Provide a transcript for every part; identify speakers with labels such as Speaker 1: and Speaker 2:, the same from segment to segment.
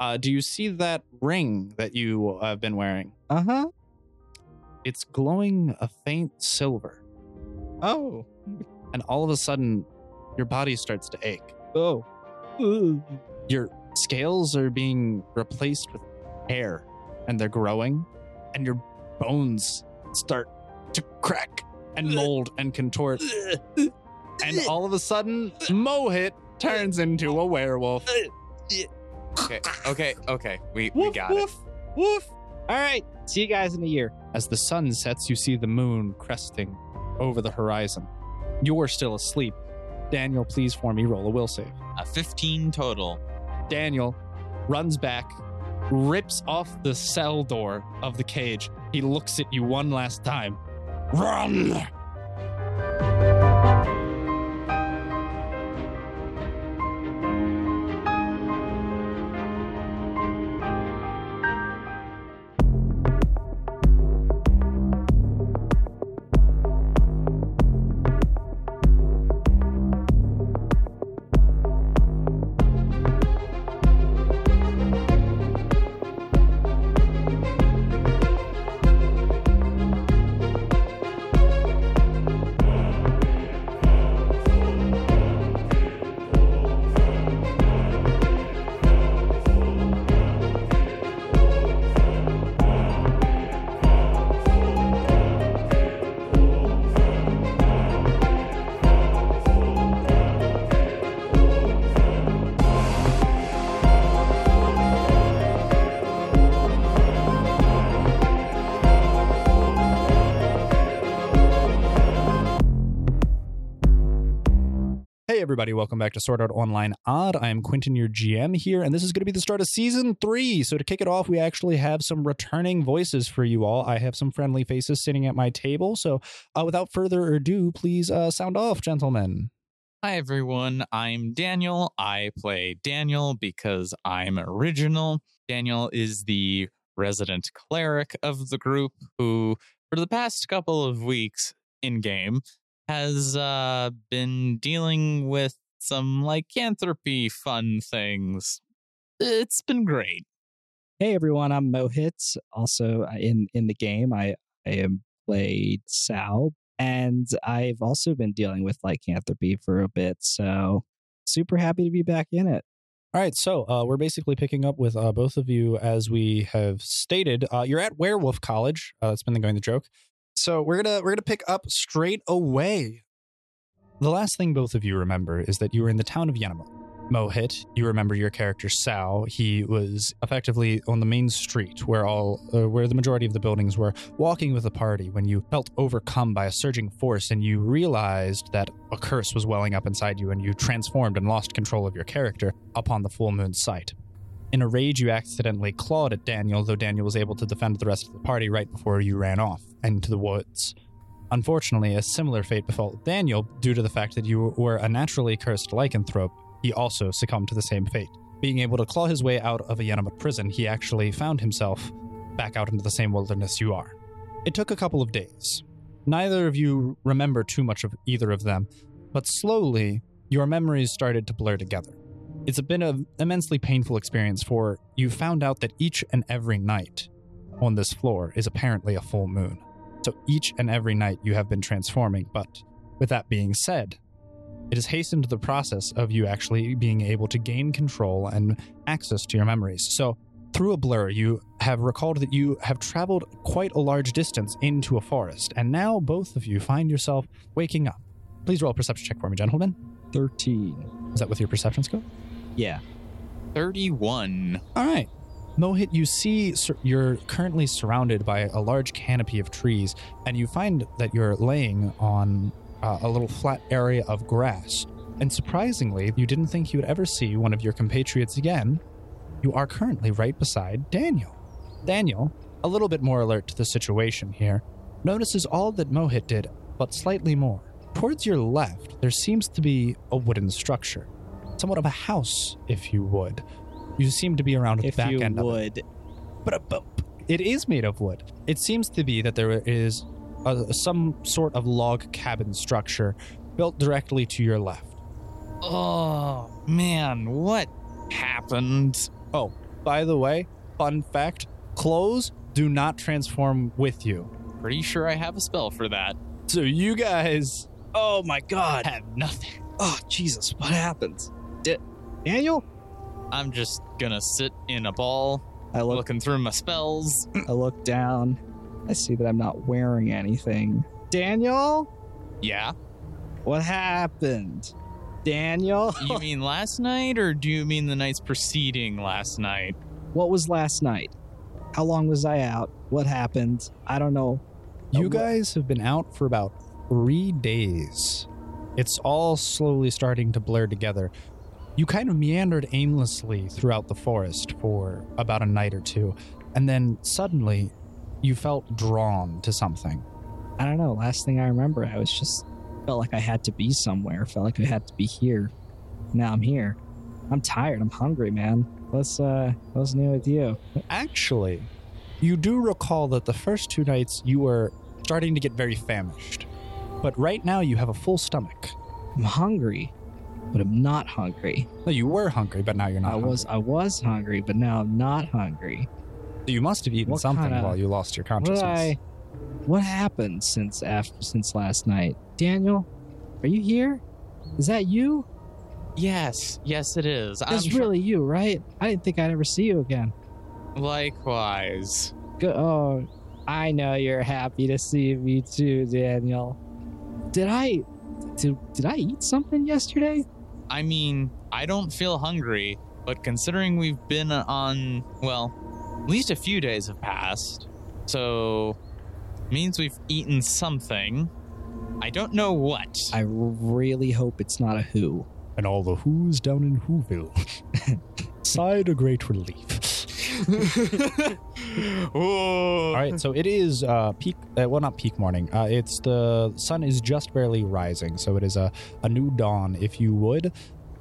Speaker 1: Uh, do you see that ring that you have been wearing?
Speaker 2: Uh huh.
Speaker 1: It's glowing a faint silver,
Speaker 2: Oh.
Speaker 1: and all of a sudden, your body starts to ache.
Speaker 2: Oh. Ooh.
Speaker 1: Your scales are being replaced with hair, and they're growing, and your bones start to crack and mold and contort. And all of a sudden, Mohit turns into a werewolf.
Speaker 3: Okay, okay, okay. We, we got it.
Speaker 2: woof, woof. All right. See you guys in a year.
Speaker 1: As the sun sets, you see the moon cresting over the horizon. You're still asleep. Daniel, please for me roll a will save.
Speaker 4: A 15 total.
Speaker 1: Daniel runs back, rips off the cell door of the cage. He looks at you one last time. Run! Hey, everybody, welcome back to Sword Art Online Odd. I am Quentin, your GM here, and this is going to be the start of season three. So, to kick it off, we actually have some returning voices for you all. I have some friendly faces sitting at my table. So, uh, without further ado, please uh, sound off, gentlemen.
Speaker 4: Hi, everyone. I'm Daniel. I play Daniel because I'm original. Daniel is the resident cleric of the group who, for the past couple of weeks in game, has uh, been dealing with some lycanthropy fun things. It's been great.
Speaker 2: Hey everyone, I'm Mohit. Also uh, in in the game, I I am played Sal, and I've also been dealing with lycanthropy for a bit. So super happy to be back in it.
Speaker 1: All right, so uh, we're basically picking up with uh, both of you as we have stated. Uh, you're at Werewolf College. Uh, that's been the going the joke. So we're gonna we're gonna pick up straight away. The last thing both of you remember is that you were in the town of Yanamo. Mohit, you remember your character Sal. He was effectively on the main street where all uh, where the majority of the buildings were, walking with a party when you felt overcome by a surging force and you realized that a curse was welling up inside you and you transformed and lost control of your character upon the full moon's sight. In a rage, you accidentally clawed at Daniel, though Daniel was able to defend the rest of the party right before you ran off into the woods. Unfortunately, a similar fate befell Daniel due to the fact that you were a naturally cursed lycanthrope. He also succumbed to the same fate. Being able to claw his way out of a Yanama prison, he actually found himself back out into the same wilderness you are. It took a couple of days. Neither of you remember too much of either of them, but slowly, your memories started to blur together. It's been an immensely painful experience for you found out that each and every night on this floor is apparently a full moon. So each and every night you have been transforming, but with that being said, it has hastened the process of you actually being able to gain control and access to your memories. So through a blur, you have recalled that you have traveled quite a large distance into a forest, and now both of you find yourself waking up. Please roll a perception check for me, gentlemen.
Speaker 2: Thirteen.
Speaker 1: Is that with your perception skill?
Speaker 2: Yeah.
Speaker 4: 31.
Speaker 1: All right. Mohit, you see sur- you're currently surrounded by a large canopy of trees, and you find that you're laying on uh, a little flat area of grass. And surprisingly, you didn't think you would ever see one of your compatriots again. You are currently right beside Daniel. Daniel, a little bit more alert to the situation here, notices all that Mohit did, but slightly more. Towards your left, there seems to be a wooden structure, somewhat of a house, if you would. You seem to be around the
Speaker 2: If
Speaker 1: back
Speaker 2: you
Speaker 1: end of it.
Speaker 2: would.
Speaker 1: Ba-da-bump. It is made of wood. It seems to be that there is a, some sort of log cabin structure built directly to your left.
Speaker 4: Oh, man. What happened?
Speaker 1: Oh, by the way, fun fact clothes do not transform with you.
Speaker 4: Pretty sure I have a spell for that.
Speaker 1: So you guys,
Speaker 2: Oh my god.
Speaker 4: Have nothing.
Speaker 2: Oh Jesus, what happened? Di- Daniel?
Speaker 4: I'm just gonna sit in a ball,
Speaker 2: I look
Speaker 4: looking through my spells.
Speaker 2: I look down. I see that I'm not wearing anything. Daniel?
Speaker 4: Yeah.
Speaker 2: What happened? Daniel?
Speaker 4: You mean last night, or do you mean the nights preceding last night?
Speaker 2: What was last night? How long was I out? What happened? I don't know. Uh,
Speaker 1: you
Speaker 2: what-
Speaker 1: guys have been out for about three days. It's all slowly starting to blur together. You kind of meandered aimlessly throughout the forest for about a night or two, and then suddenly you felt drawn to something.
Speaker 2: I don't know. Last thing I remember, I was just felt like I had to be somewhere. Felt like I had to be here. Now I'm here. I'm tired. I'm hungry, man. Let's uh, what's new with you?
Speaker 1: Actually, you do recall that the first two nights you were starting to get very famished, but right now you have a full stomach.
Speaker 2: I'm hungry, but I'm not hungry.
Speaker 1: No, you were hungry, but now you're not.
Speaker 2: I was I was hungry, but now I'm not
Speaker 1: hungry.
Speaker 2: hungry.
Speaker 1: So you must have eaten
Speaker 2: What
Speaker 1: something
Speaker 2: kinda-
Speaker 1: while you lost your
Speaker 2: What did
Speaker 1: consciousness.
Speaker 2: I? What happened since after since last night? Daniel, are you here? Is that you?
Speaker 4: Yes, yes, it is. I'm
Speaker 2: That's
Speaker 4: tr-
Speaker 2: really you, right? I didn't think I'd ever see you again.
Speaker 4: likewise.
Speaker 2: Go- oh, I know you're happy to see me too, Daniel. Did I did, did I eat something yesterday?
Speaker 4: I mean, I don't feel hungry, but considering we've been on, well, at least a few days have passed, so means we've eaten something. I don't know what.
Speaker 2: I really hope it's not a who.
Speaker 1: and all the who's down in Whoville sighed a great relief.
Speaker 4: Whoa.
Speaker 1: All right, so it is uh, peak. Uh, well, not peak morning. Uh, it's the sun is just barely rising, so it is a, a new dawn, if you would.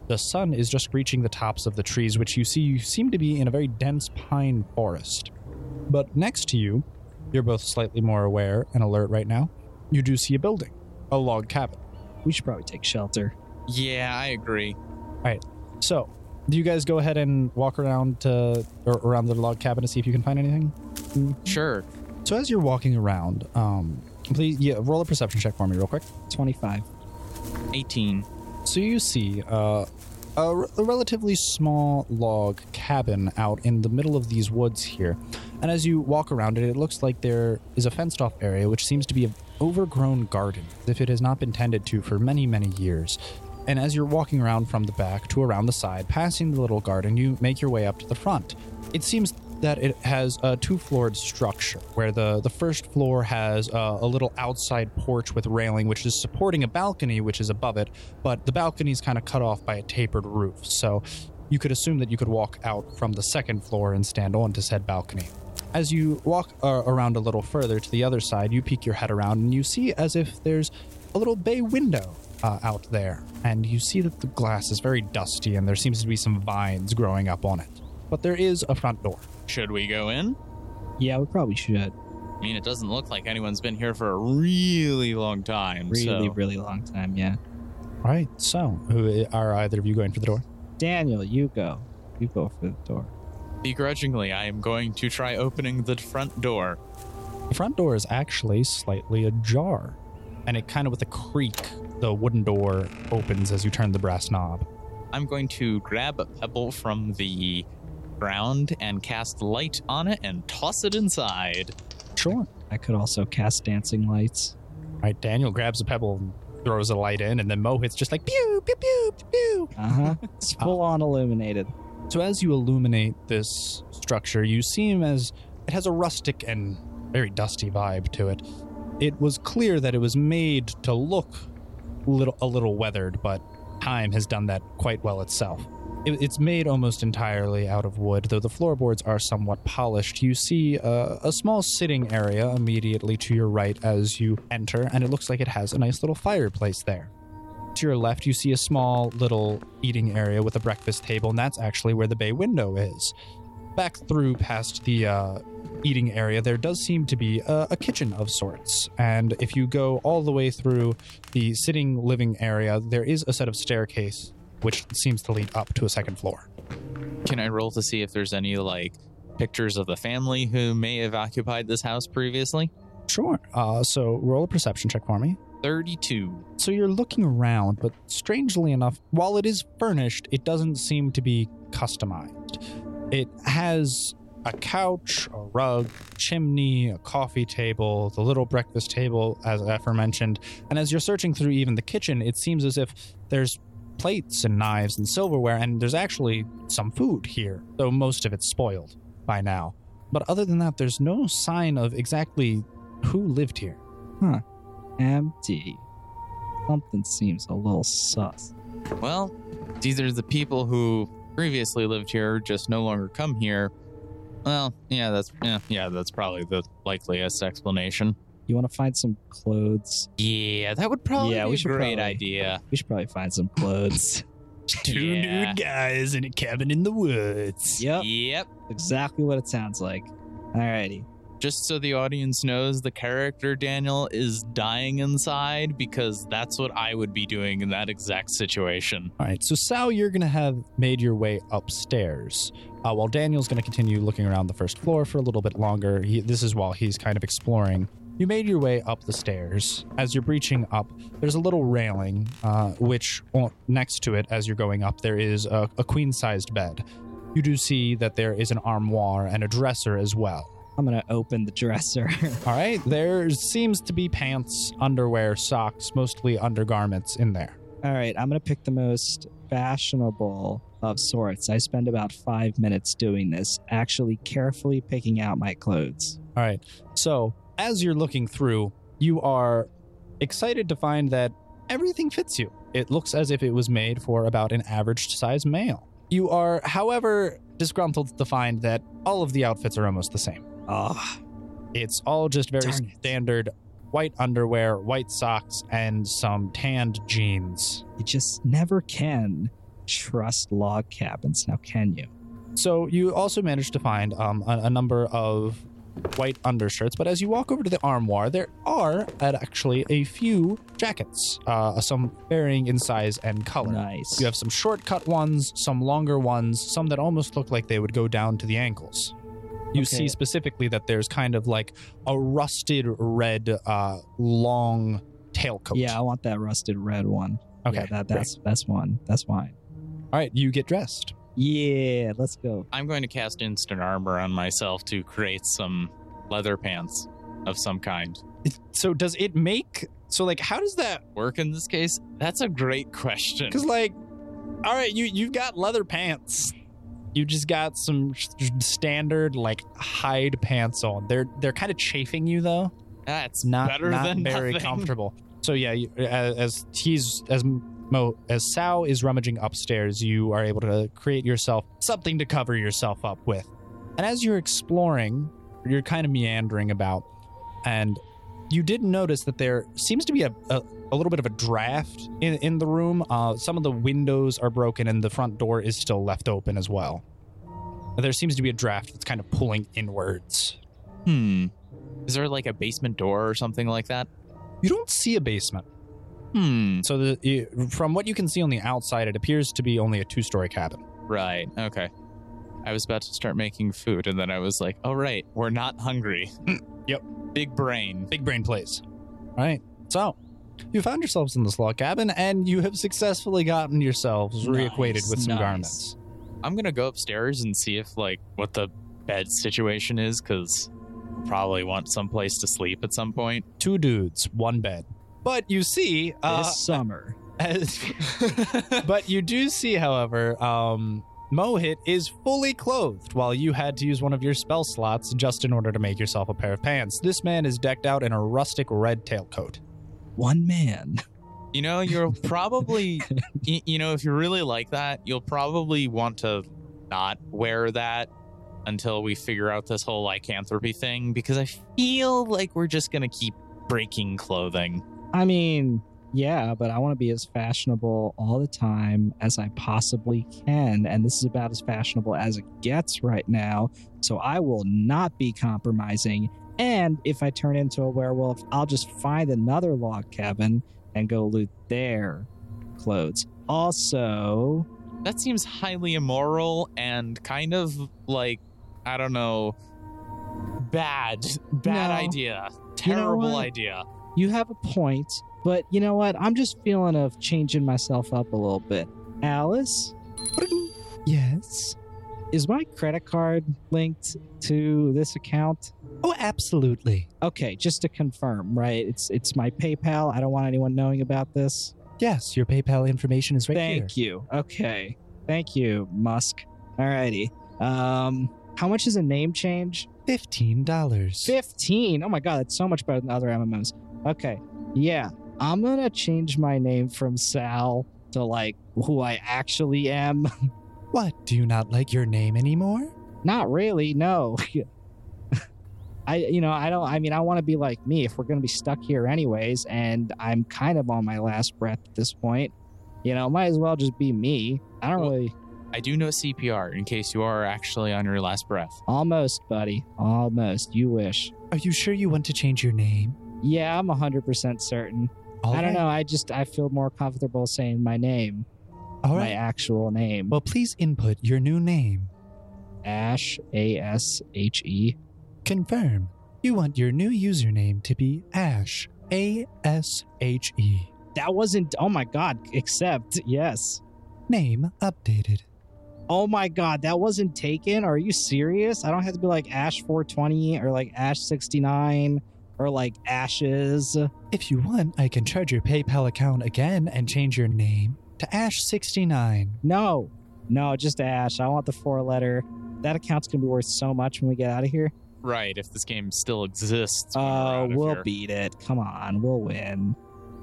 Speaker 1: The sun is just reaching the tops of the trees, which you see you seem to be in a very dense pine forest. But next to you, you're both slightly more aware and alert right now. You do see a building, a log cabin.
Speaker 2: We should probably take shelter.
Speaker 4: Yeah, I agree.
Speaker 1: So, do you guys go ahead and walk around to or around the log cabin to see if you can find anything?
Speaker 4: Sure.
Speaker 1: So as you're walking around, um, please yeah, roll a perception check for me real quick.
Speaker 2: Twenty five.
Speaker 4: 18.
Speaker 1: So you see uh, a, r- a relatively small log cabin out in the middle of these woods here, and as you walk around it, it looks like there is a fenced-off area which seems to be an overgrown garden, as if it has not been tended to for many, many years. And as you're walking around from the back to around the side, passing the little garden, you make your way up to the front. It seems that it has a two-floored structure, where the, the first floor has uh, a little outside porch with railing, which is supporting a balcony, which is above it, but the balcony is kind of cut off by a tapered roof, so you could assume that you could walk out from the second floor and stand onto said balcony. As you walk uh, around a little further to the other side, you peek your head around and you see as if there's a little bay window uh, out there, and you see that the glass is very dusty and there seems to be some vines growing up on it. But there is a front door.
Speaker 4: Should we go in?
Speaker 2: Yeah, we probably should.
Speaker 4: I mean, it doesn't look like anyone's been here for a really long time.
Speaker 2: Really,
Speaker 4: so.
Speaker 2: really long time, yeah.
Speaker 1: Right. So, who are either of you going for the door?
Speaker 2: Daniel, you go. You go for the door.
Speaker 4: Begrudgingly, I am going to try opening the front door.
Speaker 1: The front door is actually slightly ajar, and it kind of with a creak, the wooden door opens as you turn the brass knob.
Speaker 4: I'm going to grab a pebble from the ground and cast light on it and toss it inside.
Speaker 1: Sure.
Speaker 2: I could also cast dancing lights.
Speaker 1: All right, Daniel grabs a pebble and throws a light in, and then Mohit's just like pew, pew, pew, pew, pew.
Speaker 2: Uh huh. it's full on illuminated.
Speaker 1: So as you illuminate this structure, you seem as it has a rustic and very dusty vibe to it. It was clear that it was made to look little a little weathered, but time has done that quite well itself. It, it's made almost entirely out of wood, though the floorboards are somewhat polished. You see a, a small sitting area immediately to your right as you enter, and it looks like it has a nice little fireplace there. To your left, you see a small little eating area with a breakfast table, and that's actually where the bay window is. Back through past the uh, eating area, there does seem to be a, a kitchen of sorts. And if you go all the way through the sitting living area, there is a set of staircase which seems to lead up to a second floor.
Speaker 4: Can I roll to see if there's any like pictures of the family who may have occupied this house previously?
Speaker 1: Sure. Uh, so roll a perception check for me.
Speaker 4: 32.
Speaker 1: So you're looking around, but strangely enough, while it is furnished, it doesn't seem to be customized. It has a couch, a rug, chimney, a coffee table, the little breakfast table, as aforementioned. And as you're searching through even the kitchen, it seems as if there's plates and knives and silverware, and there's actually some food here, though most of it's spoiled by now. But other than that, there's no sign of exactly who lived here.
Speaker 2: Empty. Something seems a little sus.
Speaker 4: Well, it's either the people who previously lived here just no longer come here. Well, yeah, that's yeah, yeah, that's probably the likeliest explanation.
Speaker 2: You want to find some clothes?
Speaker 4: Yeah, that would probably
Speaker 2: Yeah,
Speaker 4: be
Speaker 2: we
Speaker 4: a
Speaker 2: should
Speaker 4: great
Speaker 2: probably-
Speaker 4: idea.
Speaker 2: We should probably find some clothes.
Speaker 1: Two
Speaker 4: Yeah.
Speaker 1: nude guys in a cabin in the woods.
Speaker 2: yep,
Speaker 4: Yep.
Speaker 2: exactly what it sounds like. Alrighty.
Speaker 4: Just so the audience knows, the character Daniel is dying inside because that's what I would be doing in that exact situation.
Speaker 1: All right, so Sal, you're going to have made your way upstairs, uh, while Daniel's going to continue looking around the first floor for a little bit longer. He, this is while he's kind of exploring. You made your way up the stairs. As you're breaching up, there's a little railing, uh, which well, next to it, as you're going up, there is a, a queen sized bed. You do see that there is an armoire and a dresser as well.
Speaker 2: I'm gonna open the dresser.
Speaker 1: All right, there seems to be pants, underwear, socks, mostly undergarments in there.
Speaker 2: All right, I'm gonna pick the most fashionable of sorts. I spend about five minutes doing this, actually carefully picking out my clothes.
Speaker 1: All right. So as you're looking through, you are excited to find that everything fits you. It looks as if it was made for about an average size male. You are, however, disgruntled to find that all of the outfits are almost the same.
Speaker 2: Ah,
Speaker 1: It's all just very
Speaker 2: Darn it.
Speaker 1: standard white underwear, white socks, and some tanned jeans.
Speaker 2: you just never can trust log cabins. Now, can you?
Speaker 1: So you also managed to find um, a, a number of white undershirts, but as you walk over to the armoire, there are uh, actually a few jackets, uh, some varying in size and color.
Speaker 2: Nice.
Speaker 1: You have some shortcut ones, some longer ones, some that almost look like they would go down to the ankles. You see
Speaker 2: Okay.
Speaker 1: specifically that there's kind of like a rusted red, uh, long tailcoat.
Speaker 2: Yeah, I want that rusted red one.
Speaker 1: Okay.
Speaker 2: Yeah, that,
Speaker 1: great.
Speaker 2: that's that's one. That's mine.
Speaker 1: All right. You get dressed.
Speaker 2: Yeah, let's go.
Speaker 4: I'm going to cast instant armor on myself to create some leather pants of some kind.
Speaker 1: So does it make? So like, how does that
Speaker 4: Work in this case? That's a great question.
Speaker 1: Because like, all right, you you've got leather pants. You just got some sh- sh- standard like hide pants on. They're they're kind of chafing you though.
Speaker 4: That's
Speaker 1: It's not
Speaker 4: better
Speaker 1: not
Speaker 4: than
Speaker 1: very
Speaker 4: nothing.
Speaker 1: comfortable. So yeah, you, as, as he's as Mo as Sal is rummaging upstairs, you are able to create yourself something to cover yourself up with. And as you're exploring, you're kind of meandering about, and you did notice that there seems to be a, a, a little bit of a draft in, in the room. Uh, some of the windows are broken, and the front door is still left open as well. There seems to be a draft that's kind of pulling inwards.
Speaker 4: Hmm. Is there like a basement door or something like that?
Speaker 1: You don't see a basement.
Speaker 4: Hmm.
Speaker 1: So, the, you- from what you can see on the outside, it appears to be only a two story cabin.
Speaker 4: Right. Okay. I was about to start making food and then I was like, oh, right, we're not hungry.
Speaker 1: Yep.
Speaker 4: Big brain.
Speaker 1: Big brain plays. All right. So, you found yourselves in this log cabin and you have successfully gotten yourselves
Speaker 2: Nice,
Speaker 1: reacquainted with some
Speaker 2: nice.
Speaker 1: garments.
Speaker 4: I'm going to go upstairs and see if, like, what the bed situation is because probably want someplace to sleep at some point.
Speaker 1: Two dudes, one bed. But you see, uh,
Speaker 2: this summer.
Speaker 1: as- but you do see, however, um, Mohit is fully clothed while you had to use one of your spell slots just in order to make yourself a pair of pants. This man is decked out in a rustic red tailcoat.
Speaker 2: One man.
Speaker 4: You know, you're probably, you, you know, if you really like that, you'll probably want to not wear that until we figure out this whole lycanthropy thing because I feel like we're just going to keep breaking clothing.
Speaker 2: I mean, yeah, but I want to be as fashionable all the time as I possibly can, and this is about as fashionable as it gets right now. So I will not be compromising. And if I turn into a werewolf, I'll just find another log cabin and go loot their clothes. Also,
Speaker 4: That seems highly immoral and kind of like, I don't know, bad, bad
Speaker 2: No.
Speaker 4: idea, terrible
Speaker 2: what?
Speaker 4: idea.
Speaker 2: You have a point, but you know what? I'm just feeling of changing myself up a little bit. Alice? Yes. Is my credit card linked to this account?
Speaker 1: Oh, absolutely.
Speaker 2: Okay, just to confirm, right? It's it's my PayPal. I don't want anyone knowing about this.
Speaker 1: Yes, your PayPal information is right
Speaker 2: Thank you. Okay. Thank you, Musk. Alrighty. Um how much is a name change?
Speaker 1: here. Fifteen dollars.
Speaker 2: 15. Oh my god, that's so much better than other MMOs. Okay. Yeah. I'm going to change my name from Sal to like who I actually am.
Speaker 1: What? Do you not like your name anymore?
Speaker 2: Not really. No. I you know, I don't I mean, I want to be like me if we're going to be stuck here anyways and I'm kind of on my last breath at this point. You know, might as well just be me. I don't
Speaker 4: Well-
Speaker 2: really
Speaker 4: I do know CPR in case you are actually on your last breath.
Speaker 2: almost, buddy. Almost. You wish.
Speaker 1: Are you sure you want to change your name?
Speaker 2: Yeah, I'm 100% certain. I don't know. I just I feel more comfortable saying my name.
Speaker 1: All
Speaker 2: my actual name.
Speaker 1: Well, please input your new name.
Speaker 2: Ash A S H E.
Speaker 1: Confirm. You want your new username to be Ash. A S H E.
Speaker 2: That wasn't oh my god, except yes.
Speaker 1: Name updated.
Speaker 2: Oh my god, that wasn't taken. Are you serious? I don't have to be like Ash 420 or like Ash 69 or like Ashes.
Speaker 1: If you want, I can charge your PayPal account again and change your name to Ash69.
Speaker 2: No. No, just Ash. I want the four letter. That account's gonna be worth so much when we get out of here.
Speaker 4: Right, if this game still exists. when we're
Speaker 2: Uh,
Speaker 4: out of
Speaker 2: we'll
Speaker 4: here.
Speaker 2: beat it. Come on, we'll win.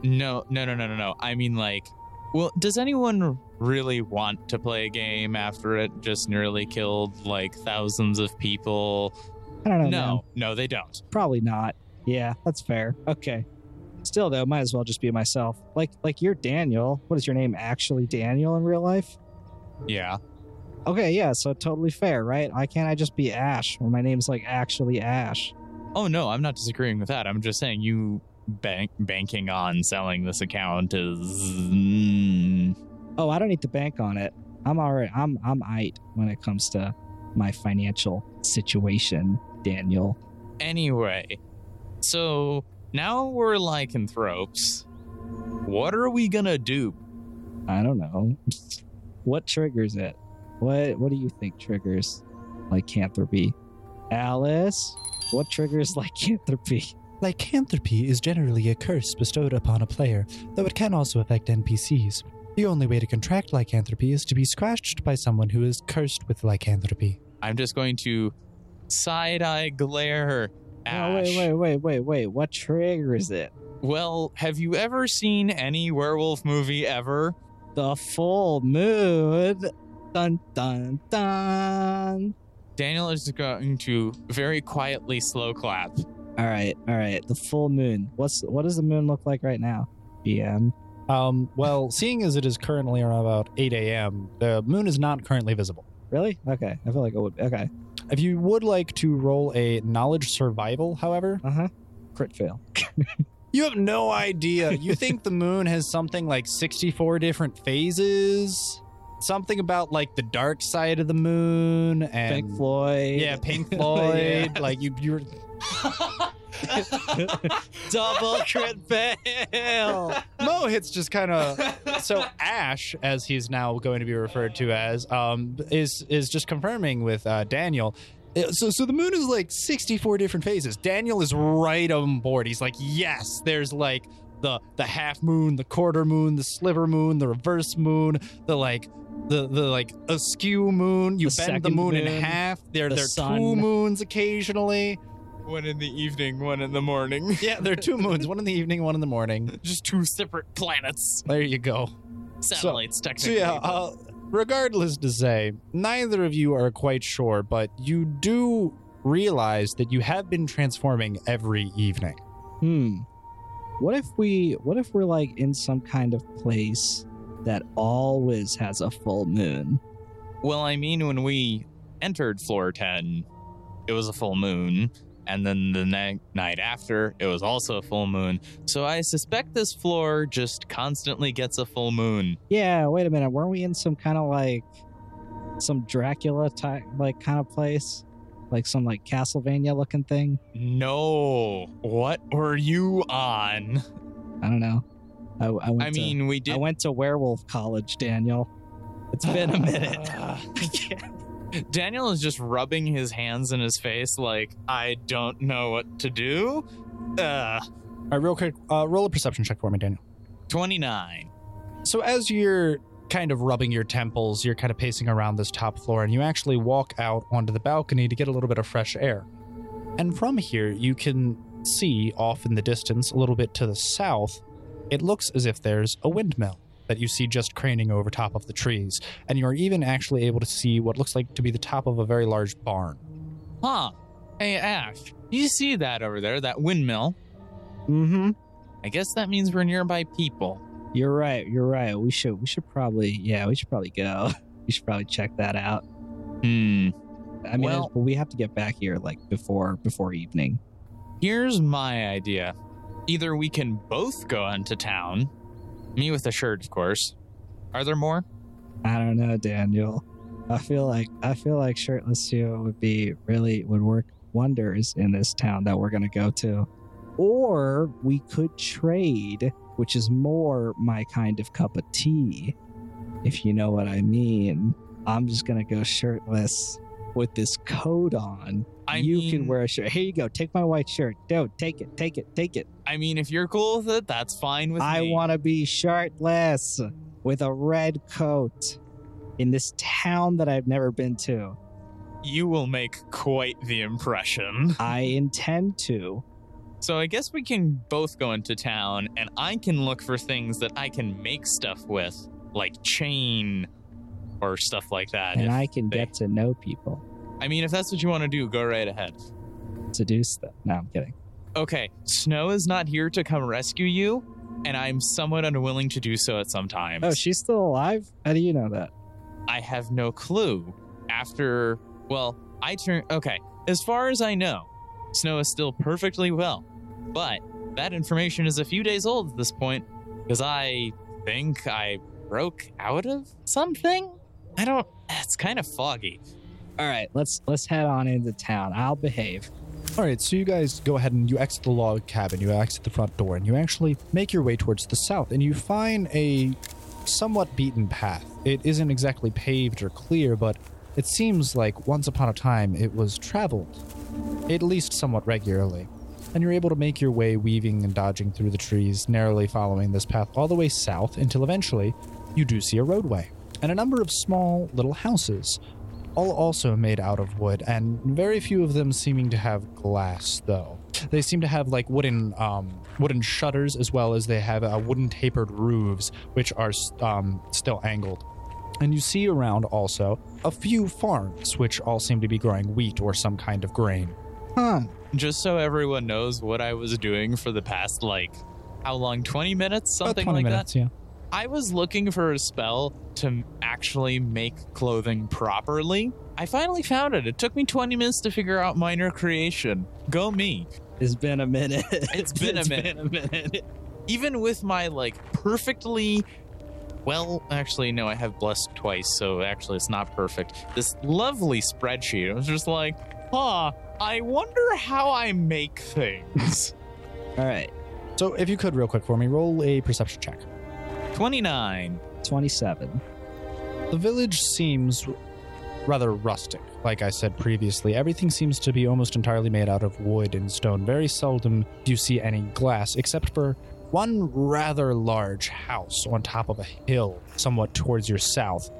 Speaker 4: No, no, no, no, no, no. I mean, like, well, does anyone really want to play a game after it just nearly killed like thousands of people?
Speaker 2: I don't know.
Speaker 4: Oh, no,
Speaker 2: man.
Speaker 4: no, they don't.
Speaker 2: probably not. Yeah, that's fair. Okay. Still though, might as well just be myself. Like like you're Daniel. What is your name actually Daniel in real life?
Speaker 4: Yeah,
Speaker 2: Okay, yeah, so totally fair, right? Why can't I just be Ash when my name's like actually Ash?
Speaker 4: Oh no, I'm not disagreeing with that. I'm just saying you bank banking on selling this account is mm,
Speaker 2: Oh, I don't need to bank on it. I'm alright. I'm I'm it when it comes to my financial situation, Daniel.
Speaker 4: anyway. So now we're lycanthropes. What are we gonna do?
Speaker 2: I don't know. what triggers it? What what do you think triggers lycanthropy? Alice? What triggers lycanthropy?
Speaker 1: Lycanthropy is generally a curse bestowed upon a player, though it can also affect NPCs. The only way to contract lycanthropy is to be scratched by someone who is cursed with lycanthropy.
Speaker 4: I'm just going to side eye glare
Speaker 2: No,
Speaker 4: Ash.
Speaker 2: wait, wait, wait, wait, wait. What triggers it?
Speaker 4: Well, have you ever seen any werewolf movie ever?
Speaker 2: The full moon. Dun dun dun.
Speaker 4: Daniel is going to very quietly slow clap.
Speaker 2: All right, all right. The full moon. What's what does the moon look like right now? BM.
Speaker 1: Um, well, seeing as it is currently around about 8 a.m., the moon is not currently visible.
Speaker 2: Really? Okay. I feel like it would. Okay.
Speaker 1: If you would like to roll a knowledge survival, however,
Speaker 2: Uh huh. Crit fail.
Speaker 1: you have no idea. You think the moon has something like 64 different phases, something about like the dark side of the moon and
Speaker 2: Pink Floyd.
Speaker 1: Yeah, Pink Floyd. Like you, you were
Speaker 2: Double crit fail.
Speaker 1: Mohit's just kind of so Ash, as he's now going to be referred to as, um, is is just confirming with uh, Daniel. Uh, So, so the moon is like sixty-four different phases. Daniel is right on board. He's like, yes, there's like the the half moon, the quarter moon, the sliver moon, the reverse moon, the like the the like askew moon. You
Speaker 2: The
Speaker 1: bend the
Speaker 2: second
Speaker 1: moon, in
Speaker 2: moon,
Speaker 1: half. There
Speaker 2: the
Speaker 1: there are two
Speaker 2: sun.
Speaker 1: moons occasionally.
Speaker 4: One in the evening, one in the morning.
Speaker 1: Yeah, there are two moons. One in the evening, one in the morning.
Speaker 4: Just two separate planets,
Speaker 1: There you go.
Speaker 4: satellites,
Speaker 1: So
Speaker 4: technically.
Speaker 1: yeah,
Speaker 4: but-
Speaker 1: uh, regardless to say, neither of you are quite sure, but you do realize that you have been transforming every evening.
Speaker 2: Hmm. What if we what if we're like in some kind of place that always has a full moon?
Speaker 4: well, I mean, when we entered floor 10, it was a full moon. And then the ne- night after, it was also a full moon. So I suspect this floor just constantly gets a full moon.
Speaker 2: Yeah, wait a minute. Weren't we in some kind of like some Dracula type like kind of place? Like some like Castlevania looking thing?
Speaker 4: No. What were you on?
Speaker 2: I don't know. I, I went
Speaker 4: I
Speaker 2: to,
Speaker 4: mean, we
Speaker 2: uh, I
Speaker 4: did.
Speaker 2: went to werewolf college, Daniel. It's been a minute. I can't-
Speaker 4: Daniel is just rubbing his hands in his face, like, I don't know what to do.
Speaker 1: All
Speaker 4: Uh,
Speaker 1: right, real quick, uh, roll a perception check for me, Daniel.
Speaker 4: 29.
Speaker 1: So as you're kind of rubbing your temples, you're kind of pacing around this top floor, and you actually walk out onto the balcony to get a little bit of fresh air. And from here, you can see off in the distance, a little bit to the south, it looks as if there's a windmill that you see just craning over top of the trees, and you are even actually able to see what looks like to be the top of a very large barn.
Speaker 4: Huh. Hey, Ash, you see that over there, that windmill?
Speaker 2: mm-hmm.
Speaker 4: I guess that means we're nearby people.
Speaker 2: You're right. You're right. We should we should probably yeah, we should probably go. We should probably check that out.
Speaker 4: Hmm.
Speaker 2: I mean,
Speaker 4: Well-
Speaker 2: but we have to get back here like before before evening.
Speaker 4: Here's my idea. Either we can both go into town, me with a shirt, of course. Are there more?
Speaker 2: I don't know, Daniel. I feel like I feel like shirtless Hugh would be really would work wonders in this town that we're gonna go to. Or we could trade, which is more my kind of cup of tea, if you know what I mean. I'm just gonna go shirtless with this coat on.
Speaker 4: I
Speaker 2: you
Speaker 4: mean,
Speaker 2: can wear a shirt. Here you go. Take my white shirt. No, take it. Take it. Take it.
Speaker 4: I mean, if you're cool with it, that's fine with
Speaker 2: I
Speaker 4: me.
Speaker 2: want to be shirtless with a red coat in this town that I've never been to.
Speaker 4: You will make quite the impression.
Speaker 2: I intend to.
Speaker 4: So I guess we can both go into town, and I can look for things that I can make stuff with, like chain or stuff like that.
Speaker 2: and
Speaker 4: if
Speaker 2: I can
Speaker 4: they-
Speaker 2: get to know people,
Speaker 4: I mean, if that's what you want to do, go right ahead.
Speaker 2: seduce them. No, I'm kidding.
Speaker 4: Okay, Snow is not here to come rescue you, and I'm somewhat unwilling to do so at some times.
Speaker 2: Oh, she's still alive? How do you know that?
Speaker 4: I have no clue. After, well, I turn. Okay, as far as I know, Snow is still perfectly well, but that information is a few days old at this point because I think I broke out of something. I don't. It's kind of foggy.
Speaker 2: All right, let's let's head on into town. I'll behave.
Speaker 1: All right, so you guys go ahead and you exit the log cabin, you exit the front door, and you actually make your way towards the south, and you find a somewhat beaten path. It isn't exactly paved or clear, but it seems like once upon a time it was traveled, at least somewhat regularly. And you're able to make your way weaving and dodging through the trees, narrowly following this path all the way south until eventually you do see a roadway and a number of small little houses all also made out of wood, and very few of them seeming to have glass, though. They seem to have like wooden um, wooden shutters as well as they have uh, wooden tapered roofs, which are s- um, still angled. And you see around also a few farms, which all seem to be growing wheat or some kind of grain.
Speaker 2: Huh.
Speaker 4: Just so everyone knows what I was doing for the past, like, how long? 20 minutes?
Speaker 1: About
Speaker 4: Something
Speaker 1: 20
Speaker 4: like that?
Speaker 1: minutes, yeah.
Speaker 4: I was looking for a spell to actually make clothing properly. I finally found it. It took me 20 minutes to figure out minor creation. Go me.
Speaker 2: It's been a minute.
Speaker 4: It's been a minute.
Speaker 2: Been a minute.
Speaker 4: Even with my like perfectly well, actually no, I have blessed twice, so actually it's not perfect. This lovely spreadsheet. I was just like, "Huh, I wonder how I make things."
Speaker 2: All right,
Speaker 1: So if you could, real quick for me, roll a perception check.
Speaker 4: 29.
Speaker 2: 27.
Speaker 1: The village seems rather rustic. Like I said previously, everything seems to be almost entirely made out of wood and stone. Very seldom do you see any glass, except for one rather large house on top of a hill, somewhat towards your south.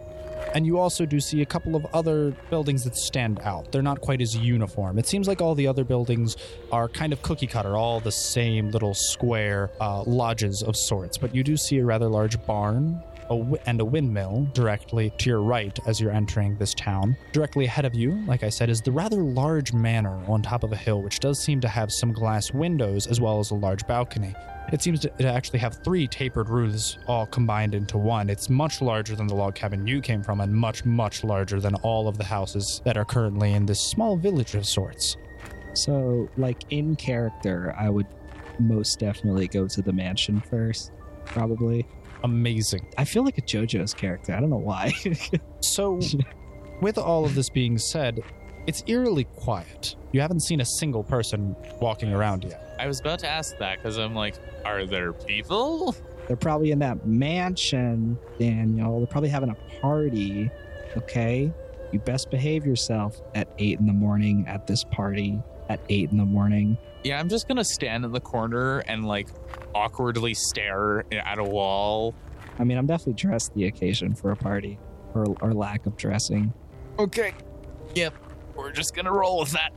Speaker 1: And you also do see a couple of other buildings that stand out. They're not quite as uniform. It seems like all the other buildings are kind of cookie cutter, all the same little square uh, lodges of sorts. But you do see a rather large barn a w- and a windmill directly to your right as you're entering this town. Directly ahead of you, like I said, is the rather large manor on top of a hill, which does seem to have some glass windows as well as a large balcony. It seems to to actually have three tapered roofs all combined into one. It's much larger than the log cabin you came from, and much, much larger than all of the houses that are currently in this small village of sorts.
Speaker 2: So, like in character, I would most definitely go to the mansion first, probably.
Speaker 1: Amazing.
Speaker 2: I feel like a JoJo's character. I don't know why.
Speaker 1: So, with all of this being said, it's eerily quiet. You haven't seen a single person walking around yet.
Speaker 4: I was about to ask that because I'm like, are there people?
Speaker 2: They're probably in that mansion, Daniel. They're probably having a party. Okay. You best behave yourself at eight in the morning at this party at eight in the morning.
Speaker 4: Yeah, I'm just gonna stand in the corner and like awkwardly stare at a wall.
Speaker 2: I mean, I'm definitely dressed the occasion for a party or, or lack of dressing.
Speaker 4: Okay. Yep. We're just gonna roll with that.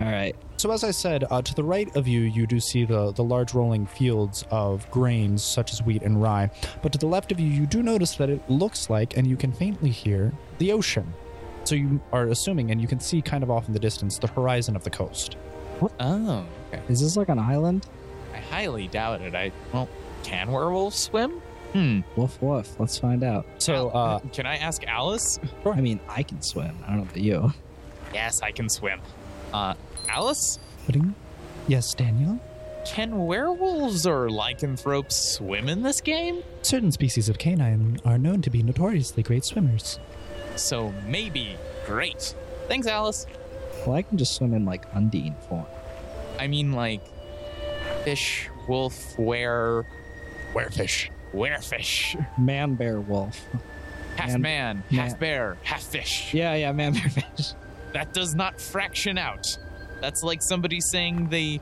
Speaker 2: All right.
Speaker 1: So, as I said, uh, to the right of you, you do see the, the large rolling fields of grains such as wheat and rye. But to the left of you, you do notice that it looks like, and you can faintly hear, the ocean. So, you are assuming, and you can see kind of off in the distance, the horizon of the coast.
Speaker 4: Oh, okay.
Speaker 2: Is this like an island?
Speaker 4: I highly doubt it. I well, can werewolves swim? Hmm.
Speaker 2: Woof woof. Let's find out.
Speaker 1: So, uh,
Speaker 4: Can I ask Alice?
Speaker 2: I mean, I can swim. I don't know about you.
Speaker 4: Yes, I can swim. Uh, Alice,
Speaker 1: yes, Daniel?
Speaker 4: can werewolves or lycanthropes swim in this game?
Speaker 1: Certain species of canine are known to be notoriously great swimmers.
Speaker 4: So maybe. Great. Thanks, Alice.
Speaker 2: Well, I can just swim in like undine form.
Speaker 4: I mean, like fish, wolf, were,
Speaker 1: Werefish.
Speaker 4: werefish,
Speaker 2: Man bear wolf.
Speaker 4: half
Speaker 2: Man-
Speaker 4: man,
Speaker 2: man.
Speaker 4: half bear, half fish.
Speaker 2: Yeah, yeah, man bear fish.
Speaker 4: That does not fraction out. That's like somebody saying they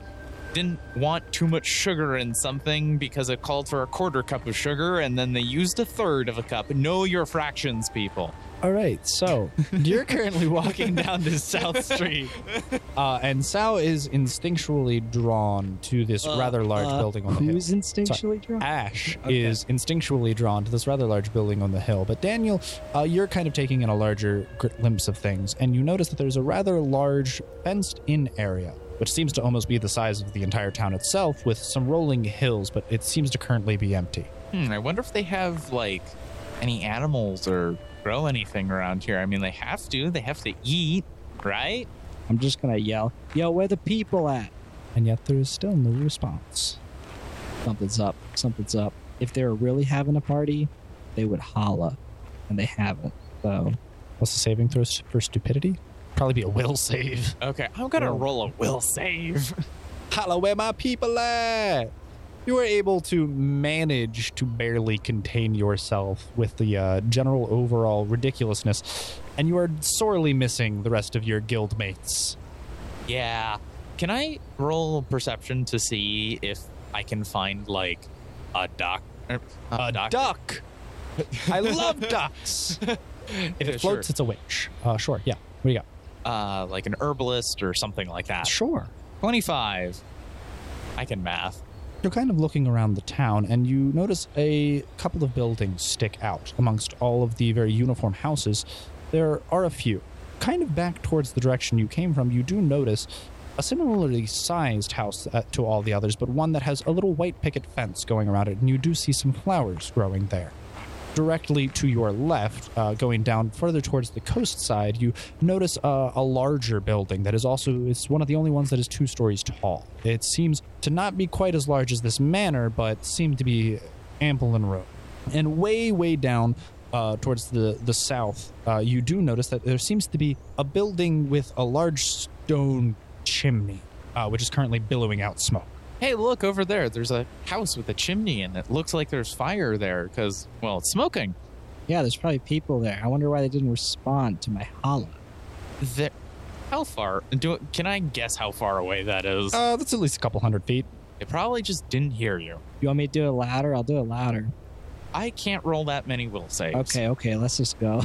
Speaker 4: didn't want too much sugar in something because it called for a quarter cup of sugar and then they used a third of a cup. Know your fractions, people.
Speaker 1: All right, so you're currently walking down this
Speaker 4: South Street.
Speaker 1: Uh, and Sal is instinctually drawn to this
Speaker 2: Uh,
Speaker 1: rather large
Speaker 2: uh,
Speaker 1: building on the hill.
Speaker 2: Who's instinctually drawn?
Speaker 1: Ash
Speaker 2: Okay.
Speaker 1: is instinctually drawn to this rather large building on the hill. But Daniel, uh, you're kind of taking in a larger gr- glimpse of things, and you notice that there's a rather large fenced in area, which seems to almost be the size of the entire town itself, with some rolling hills, but it seems to currently be empty.
Speaker 4: Hmm, I wonder if they have like any animals or grow anything around here. I mean, they have to. They have to eat, right?
Speaker 2: I'm just gonna yell, "Yo, where the people at?"
Speaker 1: And yet there is still no response.
Speaker 2: Something's up. Something's up. If they were really having a party, they would holla, and they haven't. So
Speaker 1: What's the saving throw st- for stupidity? Probably be a will save.
Speaker 4: Okay, I'm gonna
Speaker 2: Well-
Speaker 4: roll a will save.
Speaker 1: Holla where my people at. You were able to manage to barely contain yourself with the uh, general overall ridiculousness, and you are sorely missing the rest of your guild mates.
Speaker 4: Yeah. Can I roll perception to see if I can find like a doc? er, not
Speaker 1: a
Speaker 4: doctor.
Speaker 1: duck. I love ducks. If
Speaker 4: Yeah,
Speaker 1: it floats,
Speaker 4: sure.
Speaker 1: it's a witch. Uh, sure, yeah. What do you
Speaker 4: uh, like an herbalist or something like
Speaker 1: got?
Speaker 4: that.
Speaker 1: Sure.
Speaker 4: Twenty-five. I can math.
Speaker 1: You're kind of looking around the town, and you notice a couple of buildings stick out amongst all of the very uniform houses. There are a few. Kind of back towards the direction you came from, you do notice a similarly sized house uh, to all the others, but one that has a little white picket fence going around it, and you do see some flowers growing there. Directly to your left, uh, going down further towards the coast side, you notice uh, a larger building that is also it's one of the only ones that is two stories tall. It seems to not be quite as large as this manor, but seemed to be ample in room. And way, way down uh, towards the the south, uh, you do notice that there seems to be a building with a large stone chimney, uh, which is currently billowing out smoke.
Speaker 4: Hey, look over there. There's a house with a chimney, and it looks like there's fire there because, well, it's smoking.
Speaker 2: yeah, there's probably people there. I wonder why they didn't respond to my holla.
Speaker 4: The, how far? Do can I guess how far away that is?
Speaker 1: Uh, that's at least a couple hundred feet.
Speaker 4: it probably just didn't hear you.
Speaker 2: You want me to do it louder? I'll do it louder.
Speaker 4: I can't roll that many will saves.
Speaker 2: Okay, okay, let's just go.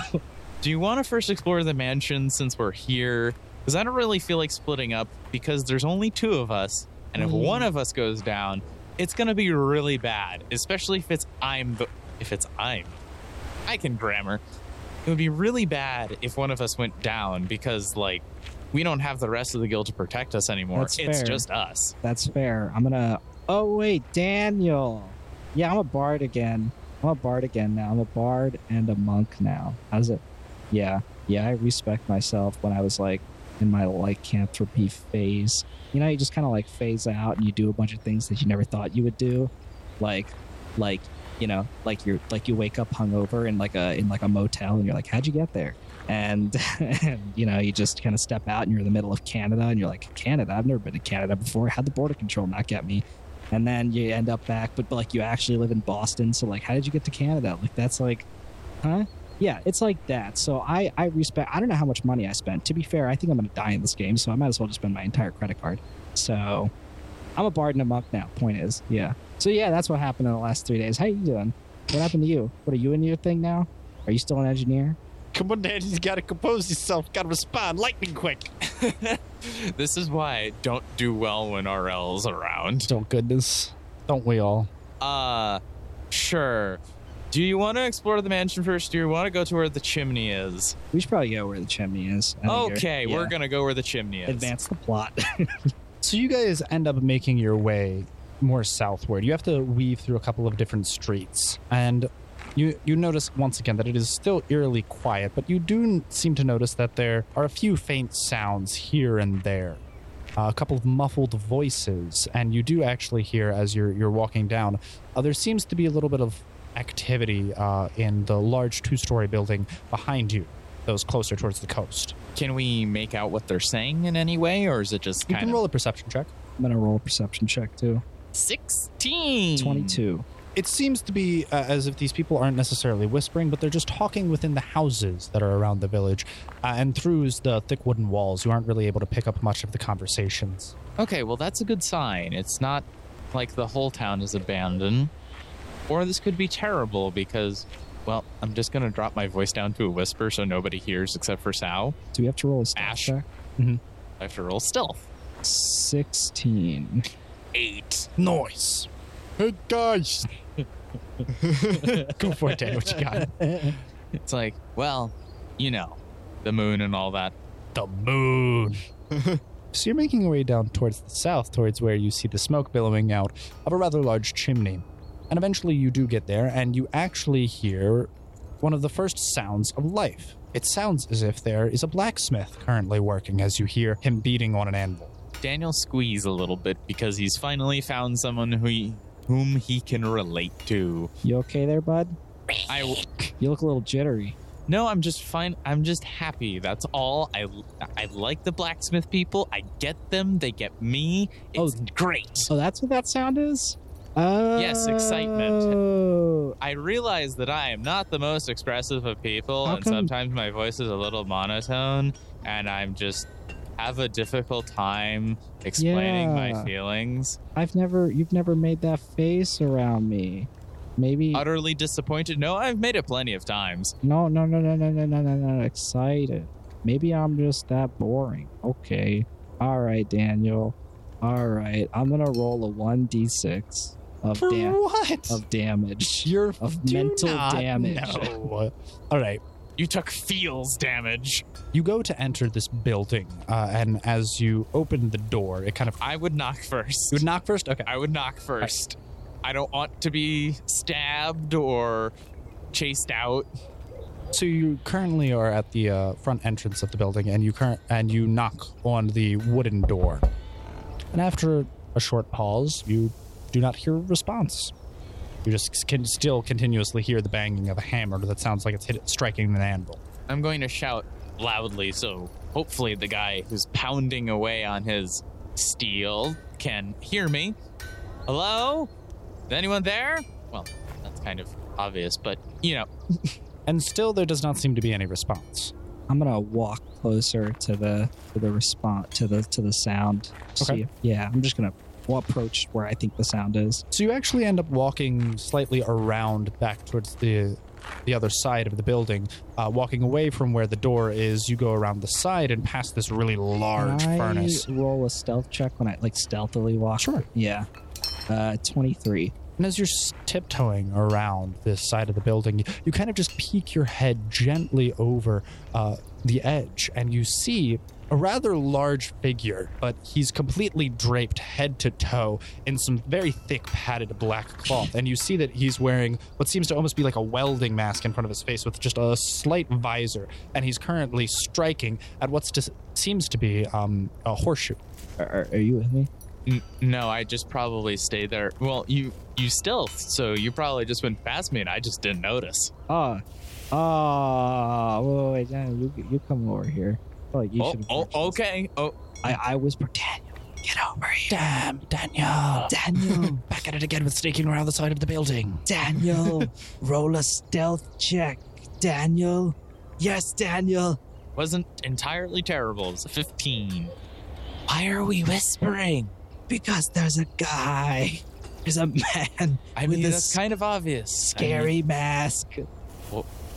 Speaker 4: Do you want to first explore the mansion since we're here? Because I don't really feel like splitting up because there's only two of us, and if
Speaker 2: Mm.
Speaker 4: one of us goes down, it's gonna be really bad. Especially if it's I'm the if it's I'm. I can grammar. It would be really bad if one of us went down because like we don't have the rest of the guild to protect us anymore.
Speaker 2: That's
Speaker 4: it's
Speaker 2: fair.
Speaker 4: just us.
Speaker 2: That's fair. I'm gonna. Oh wait, Daniel. Yeah, I'm a bard again. I'm a bard again now. I'm a bard and a monk now. How's it? Yeah, yeah. I respect myself when I was like in my lycanthropy phase. You know, you just kind of like phase out and you do a bunch of things that you never thought you would do, like, like you know, like you're like you wake up hungover in like a in like a motel and you're like, how'd you get there? And, and you know, you just kind of step out and you're in the middle of Canada and you're like, Canada, I've never been to Canada before. How'd the border control not get me? And then you end up back, but, but like you actually live in Boston, so like, how did you get to Canada? Like that's like, huh? Yeah, it's like that. So I I respect. I don't know how much money I spent. To be fair, I think I'm gonna die in this game, so I might as well just spend my entire credit card. So I'm a bard and a monk now. Point is, yeah. So yeah, that's what happened in the last three days. How you doing? What happened to you? What are you in your thing now? Are you still an engineer?
Speaker 1: Come on, Danny, you gotta compose yourself. Gotta respond lightning quick.
Speaker 4: this is why I don't do well when RL's around.
Speaker 1: Oh goodness, don't we all?
Speaker 4: Uh, sure. Do you want to explore the mansion first? Do you want to go to where the chimney is?
Speaker 2: We should probably go where the chimney is. I think you're-
Speaker 4: Okay,
Speaker 2: yeah.
Speaker 4: we're gonna go where the chimney is.
Speaker 2: advance the plot.
Speaker 1: So you guys end up making your way more southward. You have to weave through a couple of different streets, and you you notice once again that it is still eerily quiet. But you do n- seem to notice that there are a few faint sounds here and there, uh, a couple of muffled voices, and you do actually hear as you're you're walking down. Uh, there seems to be a little bit of activity uh, in the large two-story building behind you. Those closer towards the coast.
Speaker 4: Can we make out what they're saying in any way, or is it just
Speaker 1: You
Speaker 4: kind
Speaker 1: can
Speaker 4: of
Speaker 1: roll a perception check.
Speaker 2: I'm gonna roll a perception check too.
Speaker 4: sixteen?
Speaker 2: Twenty-two.
Speaker 1: it seems to be uh, as if these people aren't necessarily whispering, but they're just talking within the houses that are around the village. Uh, and through the thick wooden walls, you aren't really able to pick up much of the conversations.
Speaker 4: Okay, well that's a good sign. It's not like the whole town is abandoned, or this could be terrible because, well, I'm just gonna drop my voice down to a whisper so nobody hears except for Sal.
Speaker 2: Do we have to roll a stealth
Speaker 4: Ash.
Speaker 2: check?
Speaker 4: I have to roll stealth.
Speaker 2: Sixteen.
Speaker 4: Eight.
Speaker 1: Noise. Hey, guys. Go for it, Dan. What you got?
Speaker 4: It's like, well, you know, the moon and all that.
Speaker 1: The moon. so you're making your way down towards the south, towards where you see the smoke billowing out of a rather large chimney. And eventually you do get there, and you actually hear one of the first sounds of life. It sounds as if there is a blacksmith currently working as you hear him beating on an anvil.
Speaker 4: Daniel squeeze a little bit because he's finally found someone who he, whom he can relate to.
Speaker 2: You okay there, bud?
Speaker 4: I w-
Speaker 2: You look a little jittery.
Speaker 4: no, I'm just fine. I'm just happy. That's all. I I like the blacksmith people. I get them. They get me.
Speaker 2: Oh.
Speaker 4: It's great.
Speaker 2: Oh, that's what that sound is. Oh.
Speaker 4: Yes, excitement. I realize that I am not the most expressive of people,
Speaker 2: How
Speaker 4: and
Speaker 2: come-
Speaker 4: sometimes my voice is a little monotone, and I'm just have a difficult time explaining
Speaker 2: Yeah.
Speaker 4: my feelings.
Speaker 2: I've never. You've never made that face around me. Maybe.
Speaker 4: Utterly disappointed. No, I've made it plenty of times.
Speaker 2: No, no, no, no, no, no, no, no, no. Excited. Maybe I'm just that boring. Okay. All right, Daniel. All right. I'm gonna roll a 1d6 of
Speaker 1: For
Speaker 2: dam-
Speaker 1: what?
Speaker 2: of damage.
Speaker 1: You're
Speaker 2: of
Speaker 1: do
Speaker 2: mental
Speaker 1: not
Speaker 2: damage.
Speaker 1: know. All right.
Speaker 4: You took feels damage.
Speaker 1: You go to enter this building, uh, and as you open the door, it kind of.
Speaker 4: I would knock first.
Speaker 1: You would knock first? Okay.
Speaker 4: I would knock first. I don't want to be stabbed or chased out.
Speaker 1: So you currently are at the uh, front entrance of the building, and you current and you knock on the wooden door. And after a short pause, you do not hear a response. You just can still continuously hear the banging of a hammer that sounds like it's hit, striking an anvil.
Speaker 4: I'm going to shout loudly so hopefully the guy who's pounding away on his steel can hear me. Hello? Is anyone there? Well, that's kind of obvious, but you know,
Speaker 1: And still, there does not seem to be any response.
Speaker 2: I'm gonna walk closer to the to the response to the to the sound. to
Speaker 1: Okay.
Speaker 2: see if- yeah, I'm just gonna wa- approach where I think the sound is.
Speaker 1: So you actually end up walking slightly around back towards the the other side of the building, uh, walking away from where the door is. You go around the side and past this really large
Speaker 2: Can I
Speaker 1: furnace.
Speaker 2: Roll a stealth check when I like stealthily walk.
Speaker 1: Sure.
Speaker 2: Yeah. Uh, 23.
Speaker 1: And as you're s- tiptoeing around this side of the building, you, you kind of just peek your head gently over uh, the edge, and you see a rather large figure, but he's completely draped head to toe in some very thick padded black cloth. And you see that he's wearing what seems to almost be like a welding mask in front of his face with just a slight visor. And he's currently striking at what seems to be um, a horseshoe.
Speaker 2: Are, are, are you with me?
Speaker 4: N- no, I just probably stayed there. Well, you you stealthed, so you probably just went past me, and I just didn't notice.
Speaker 2: Ah, ah. Wait, wait, no, you you come over here. Oh, you
Speaker 4: Oh,
Speaker 2: should.
Speaker 4: oh, okay. Oh,
Speaker 2: I I whisper, Daniel, get over here,
Speaker 1: Damn, Daniel!
Speaker 2: Daniel,
Speaker 1: Back at it again with sneaking around the side of the building.
Speaker 2: Daniel. roll a stealth check, Daniel. Yes, Daniel.
Speaker 4: wasn't entirely terrible. It was a fifteen.
Speaker 2: Why are we whispering? Because there's a guy. There's a man.
Speaker 4: I
Speaker 2: With
Speaker 4: mean,
Speaker 2: this
Speaker 4: that's kind of obvious. I mean,
Speaker 2: Scary mask.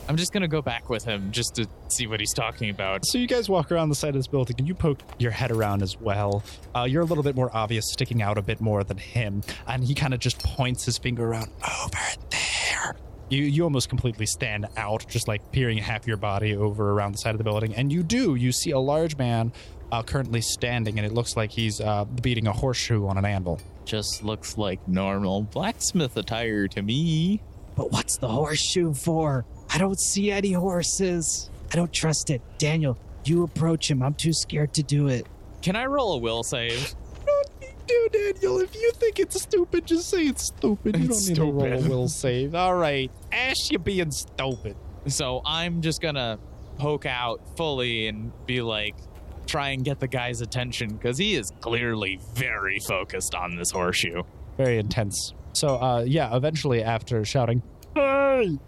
Speaker 4: I'm just gonna go back with him just to see what he's talking about.
Speaker 1: So you guys walk around the side of this building, and you poke your head around as well. Uh, you're a little bit more obvious, sticking out a bit more than him, and he kind of just points his finger around over there. You you almost completely stand out, just like peering half your body over around the side of the building, and you do. You see a large man uh, currently standing, and it looks like he's uh, beating a horseshoe on an anvil.
Speaker 4: Just looks like normal blacksmith attire to me.
Speaker 2: But what's the horseshoe for? I don't see any horses. I don't trust it. Daniel, you approach him. I'm too scared to do it.
Speaker 4: Can I roll a will save?
Speaker 1: Do Daniel, if you think it's stupid, just say it's stupid.
Speaker 4: You It's don't need to roll a stupid.
Speaker 1: will save. All right, Ash, you being stupid.
Speaker 4: So I'm just gonna poke out fully and be like, try and get the guy's attention because he is clearly very focused on this horseshoe.
Speaker 1: very intense. So uh, yeah, eventually after shouting, "Hey!"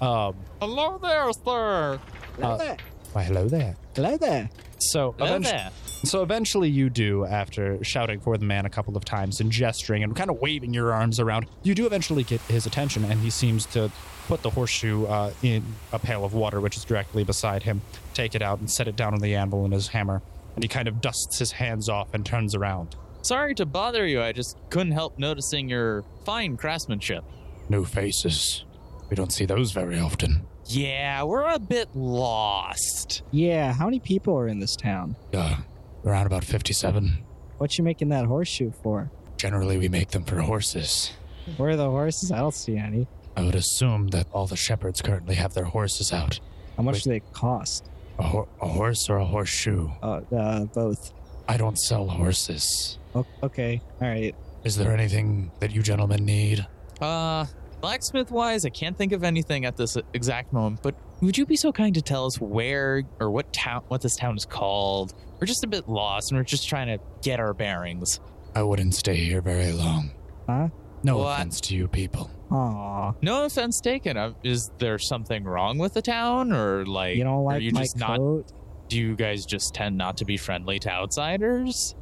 Speaker 1: Um,
Speaker 4: Hello there, sir.
Speaker 1: Hello
Speaker 2: there.
Speaker 1: why hello there.
Speaker 2: Hello there.
Speaker 1: So
Speaker 4: Hello
Speaker 1: eventu-
Speaker 4: there.
Speaker 1: so eventually you do after shouting for the man a couple of times and gesturing and kind of waving your arms around. You do eventually get his attention, and he seems to put the horseshoe uh, in a pail of water, which is directly beside him. Take it out and set it down on the anvil in his hammer. And he kind of dusts his hands off and turns around.
Speaker 4: Sorry to bother you. I just couldn't help noticing your fine craftsmanship.
Speaker 1: New faces. We don't see those very often.
Speaker 4: Yeah, we're a bit lost.
Speaker 2: Yeah, how many people are in this town?
Speaker 1: Yeah, around about fifty-seven.
Speaker 2: What you making that horseshoe for?
Speaker 1: Generally, we make them for horses.
Speaker 2: Where are the horses? I don't see any.
Speaker 1: I would assume that all the shepherds currently have their horses out.
Speaker 2: How much
Speaker 1: Wait.
Speaker 2: do they cost?
Speaker 1: A, hor- a horse or a horseshoe?
Speaker 2: Uh, uh both.
Speaker 1: I don't sell horses.
Speaker 2: O- okay. All right.
Speaker 1: Is there anything that you gentlemen need?
Speaker 4: Uh, blacksmith wise, I can't think of anything at this exact moment, but would you be so kind to tell us where or what town, what this town is called? We're just a bit lost and we're just trying to get our bearings.
Speaker 1: I wouldn't stay here very long.
Speaker 2: Huh?
Speaker 1: No
Speaker 4: What?
Speaker 1: offense to you people.
Speaker 2: Aw.
Speaker 4: No offense taken. Uh, Is there something wrong with the town or like,
Speaker 2: You don't
Speaker 4: are
Speaker 2: like
Speaker 4: you
Speaker 2: my
Speaker 4: just not-
Speaker 2: coat?
Speaker 4: do you guys just tend not to be friendly to outsiders?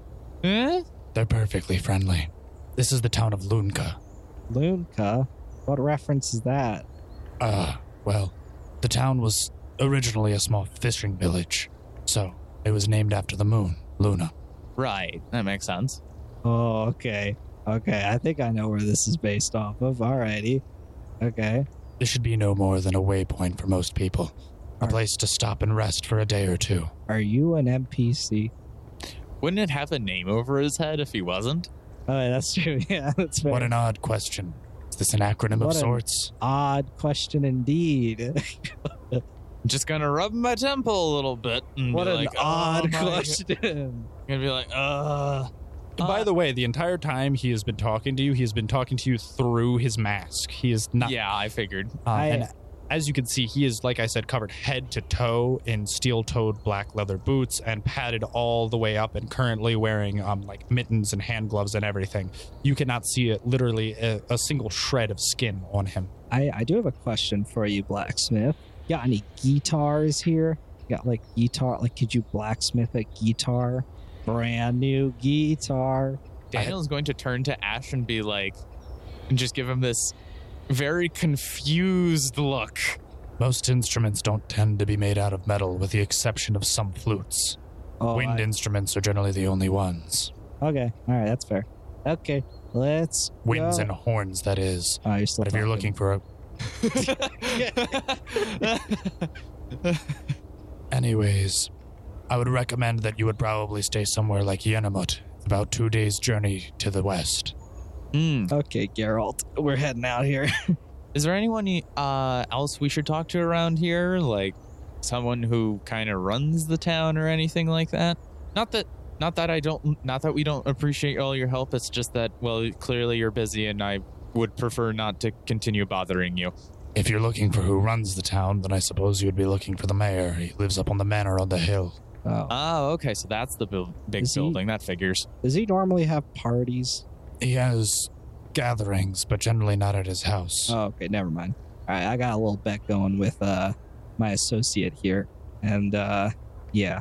Speaker 4: Eh?
Speaker 1: They're perfectly friendly. This is the town of Lunka.
Speaker 2: Lunka? What reference is that?
Speaker 1: Uh, well, the town was originally a small fishing village, so it was named after the moon, Luna.
Speaker 4: Right. That makes sense.
Speaker 2: Oh, okay. Okay, I think I know where this is based off of. Alrighty. Okay.
Speaker 1: This should be no more than a waypoint for most people, a
Speaker 2: Alright.
Speaker 1: place to stop and rest for a day or two.
Speaker 2: Are you an NPC?
Speaker 4: Wouldn't it have a name over his head if he wasn't?
Speaker 2: Oh, yeah, that's true. Yeah, that's fair.
Speaker 1: What an odd question. Is this an acronym
Speaker 2: What
Speaker 1: of
Speaker 2: an-
Speaker 1: sorts?
Speaker 2: odd question indeed.
Speaker 4: Just gonna rub my temple a little bit and
Speaker 2: what
Speaker 4: be
Speaker 2: an
Speaker 4: like,
Speaker 2: odd
Speaker 4: "Oh my God."
Speaker 2: question.
Speaker 4: gonna be like, uh.
Speaker 1: By
Speaker 4: uh,
Speaker 1: the way, the entire time he has been talking to you, he has been talking to you through his mask. He is not.
Speaker 4: yeah, I figured.
Speaker 1: uh,
Speaker 2: I-
Speaker 1: and as you can see, he is, like I said, covered head to toe in steel toed black leather boots and padded all the way up and currently wearing um, like mittens and hand gloves and everything. You cannot see it, literally a, a single shred of skin on him.
Speaker 2: I, I do have a question for you, blacksmith. Got any guitars here? Got like guitar? Like, could you blacksmith a guitar? Brand new guitar.
Speaker 4: Daniel's going to turn to Ash and be like, and just give him this very confused look.
Speaker 1: Most instruments don't tend to be made out of metal, with the exception of some flutes.
Speaker 2: Oh,
Speaker 1: Wind
Speaker 2: I-
Speaker 1: instruments are generally the only ones.
Speaker 2: okay. All right, that's fair. Okay, let's.
Speaker 1: Winds
Speaker 2: go.
Speaker 1: and horns, that is.
Speaker 2: Oh, you're still
Speaker 1: But if you're
Speaker 2: talking.
Speaker 1: looking for a. Anyways,
Speaker 5: I would recommend that you would probably stay somewhere like Yenamut, about two days' journey to the west.
Speaker 4: Hmm.
Speaker 2: Okay, Geralt, we're heading out here.
Speaker 4: Is there anyone uh, else we should talk to around here? Like someone who kind of runs the town or anything like that? Not that not that I don't not that we don't appreciate all your help. It's just that well, clearly you're busy and I would prefer not to continue bothering you.
Speaker 5: If you're looking for who runs the town, then I suppose you would be looking for the mayor. He lives up on the manor on the hill.
Speaker 2: Oh.
Speaker 4: Oh, okay. So that's the buil- big
Speaker 2: Is he-
Speaker 4: building. That figures.
Speaker 2: Does he normally have parties?
Speaker 5: He has gatherings, but generally not at his house.
Speaker 2: Oh, okay, never mind. All right, I got a little bet going with uh my associate here, and uh yeah,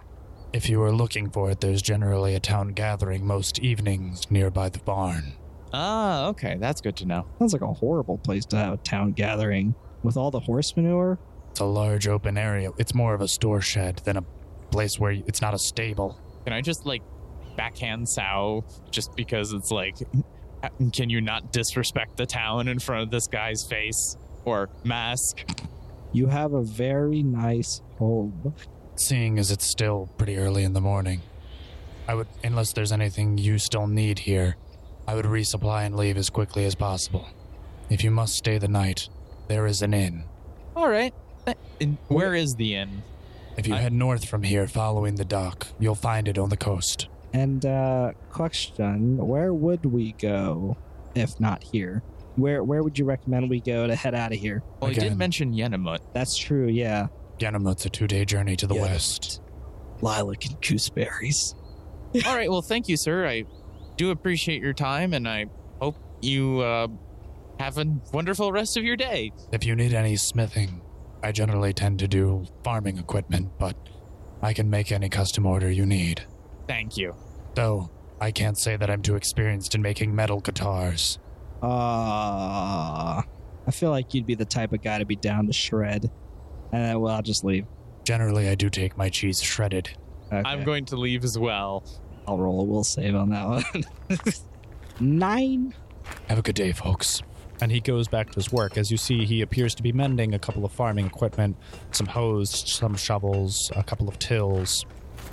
Speaker 5: If you are looking for it, there's generally a town gathering most evenings nearby the barn.
Speaker 4: Ah, okay. That's good to know.
Speaker 2: sounds like a horrible place to have a town gathering with all the horse manure.
Speaker 5: It's a large open area. It's more of a store shed than a place where you, it's not a stable.
Speaker 4: Can I just like backhand Sao just because it's like, can you not disrespect the town in front of this guy's face or mask?
Speaker 2: You have a very nice home.
Speaker 5: Seeing as it's still pretty early in the morning, I would, unless there's anything you still need here, I would resupply and leave as quickly as possible. If you must stay the night, there is an inn.
Speaker 4: All right. Uh, and Where is the inn?
Speaker 5: If you
Speaker 4: I-
Speaker 5: head north from here, following the dock, you'll find it on the coast.
Speaker 2: And uh question, where would we go if not here? Where where would you recommend we go to head out of here?
Speaker 4: Well, he did
Speaker 5: Again.
Speaker 4: mention Yenamut.
Speaker 2: That's true, yeah.
Speaker 5: Ganamut's a two-day journey to the
Speaker 2: Yeah.
Speaker 5: west.
Speaker 2: Lilac and gooseberries.
Speaker 4: All right. Well, thank you, sir. I do appreciate your time, and I hope you uh, have a wonderful rest of your day.
Speaker 5: If you need any smithing, I generally tend to do farming equipment, but I can make any custom order you need.
Speaker 4: Thank you.
Speaker 5: Though, I can't say that I'm too experienced in making metal guitars.
Speaker 2: Uh, I feel like you'd be the type of guy to be down to shred. And then, well, I'll just leave.
Speaker 5: Generally, I do take my cheese shredded.
Speaker 2: Okay.
Speaker 4: I'm going to leave as well.
Speaker 2: I'll roll. We'll save on that one. Nine.
Speaker 5: Have a good day, folks.
Speaker 1: and he goes back to his work. As you see, he appears to be mending a couple of farming equipment, some hoes, some shovels, a couple of tills.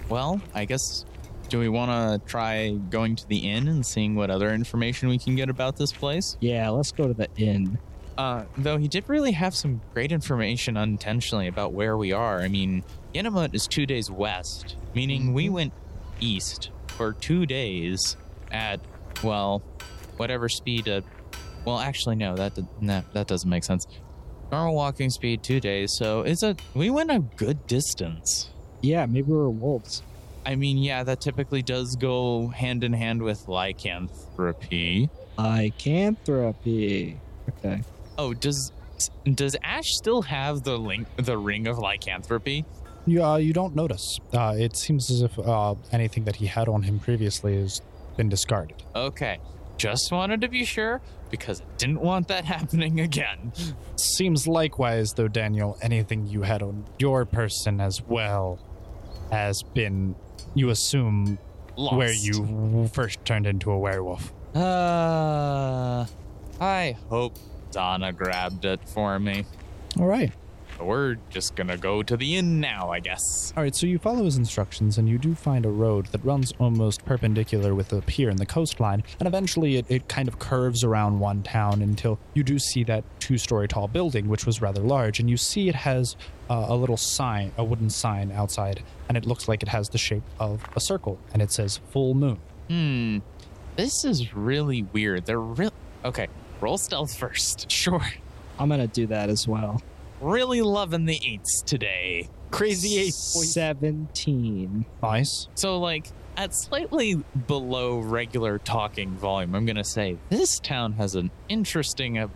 Speaker 4: Well, I guess. Do we want to try going to the inn and seeing what other information we can get about this place?
Speaker 2: Yeah, let's go to the inn.
Speaker 4: Uh, though he did really have some great information unintentionally about where we are. I mean, Yenamut is two days west, meaning we went east for two days at, well, whatever speed a. Well, actually, no, that did, nah, that doesn't make sense. Normal walking speed, two days, so it's a we went a good distance.
Speaker 2: Yeah, maybe we're wolves.
Speaker 4: I mean, yeah, that typically does go hand in hand with lycanthropy.
Speaker 2: Lycanthropy. Okay.
Speaker 4: Oh, does does Ash still have the link the ring of lycanthropy?
Speaker 1: You, uh, you don't notice. Uh, it seems as if uh, anything that he had on him previously has been discarded.
Speaker 4: Okay. Just wanted to be sure because I didn't want that happening again.
Speaker 1: Seems likewise, though, Daniel, anything you had on your person as well has been, you assume,
Speaker 4: Lost.
Speaker 1: where you first turned into a werewolf.
Speaker 4: Uh, I hope Donna grabbed it for me.
Speaker 1: All right.
Speaker 4: We're just gonna go to the inn now, I guess.
Speaker 1: All right, so you follow his instructions, and you do find a road that runs almost perpendicular with the pier and the coastline, and eventually it, it kind of curves around one town until you do see that two story tall building, which was rather large, and you see it has uh, a little sign, a wooden sign outside, and it looks like it has the shape of a circle, and it says full moon.
Speaker 4: Hmm. This is really weird. They're real. Okay, roll stealth first. Sure.
Speaker 2: I'm gonna do that as well.
Speaker 4: Really loving the eights today.
Speaker 1: Crazy
Speaker 2: Seventeen.
Speaker 1: Nice.
Speaker 4: So, like, at slightly below regular talking volume, I'm going to say this town has an interesting, uh,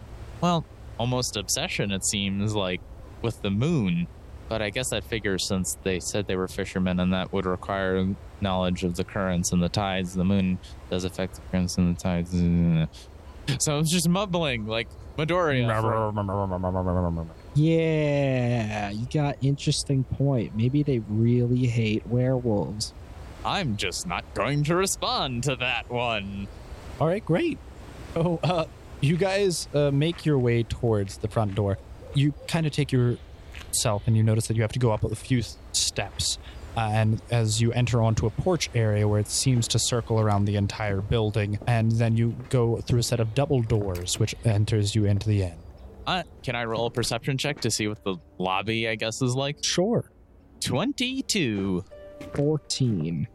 Speaker 4: well, almost obsession, it seems like, with the moon. But I guess that figures since they said they were fishermen and that would require knowledge of the currents and the tides. The moon does affect the currents and the tides. So I was just mumbling like Midoriya. for-
Speaker 2: Yeah, you got interesting point. Maybe they really hate werewolves.
Speaker 4: I'm just not going to respond to that one.
Speaker 1: All right, great. So, uh, you guys uh, make your way towards the front door. You kind of take yourself and you notice that you have to go up a few s- steps. uh, and as you enter onto a porch area where it seems to circle around the entire building, and then you go through a set of double doors which enters you into the inn.
Speaker 4: Uh, can I roll a perception check to see what the lobby, I guess, is like?
Speaker 1: Sure.
Speaker 4: 22.
Speaker 2: 14.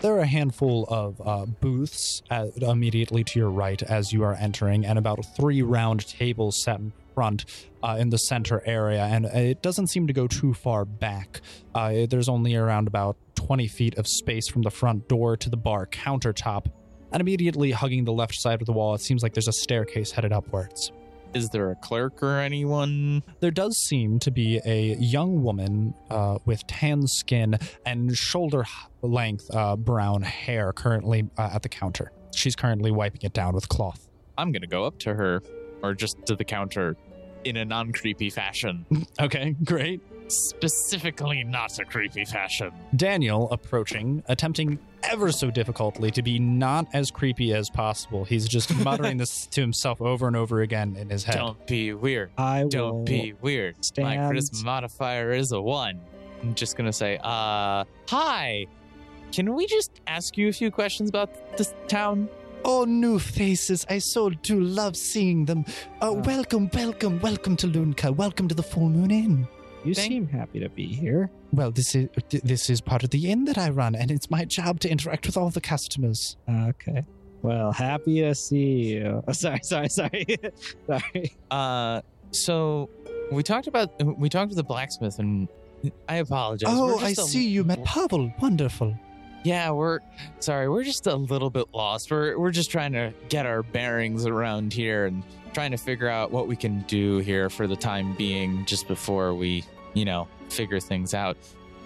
Speaker 1: There are a handful of uh, booths uh immediately to your right as you are entering, and about three round tables set in front uh, in the center area. And it doesn't seem to go too far back. Uh, there's only around about 20 feet of space from the front door to the bar countertop. And immediately hugging the left side of the wall, it seems like there's a staircase headed upwards.
Speaker 4: Is there a clerk or anyone?
Speaker 1: There does seem to be a young woman uh, with tan skin and shoulder h- length uh, brown hair currently uh, at the counter. She's currently wiping it down with cloth.
Speaker 4: I'm going to go up to her or just to the counter in a non creepy fashion.
Speaker 1: Okay, great.
Speaker 4: Specifically, not a creepy fashion.
Speaker 1: Daniel approaching, attempting ever so difficultly to be not as creepy as possible. He's just muttering this to himself over and over again in his head.
Speaker 4: Don't be weird.
Speaker 2: I will
Speaker 4: Don't be weird. My
Speaker 2: stand-
Speaker 4: charisma modifier is a one. I'm just gonna say, uh, hi. Can we just ask you a few questions about this town?
Speaker 1: Oh, new faces. I so do love seeing them. Uh,
Speaker 2: Wow.
Speaker 1: Welcome, welcome, welcome to Lunka. Welcome to the Full Moon Inn.
Speaker 2: You
Speaker 4: Thank-
Speaker 2: seem happy to be here.
Speaker 1: Well, this is uh, th- this is part of the inn that I run, and it's my job to interact with all the customers.
Speaker 2: Okay. Well, happy to see you. Oh, sorry, sorry, sorry. sorry.
Speaker 4: Uh, so we talked about we talked to the blacksmith, and I apologize.
Speaker 1: oh,
Speaker 4: We're
Speaker 1: I
Speaker 4: just a-
Speaker 1: see you met Pavel. Wonderful.
Speaker 4: Yeah, we're sorry. We're just a little bit lost. We're we're just trying to get our bearings around here and trying to figure out what we can do here for the time being, just before we, you know, figure things out.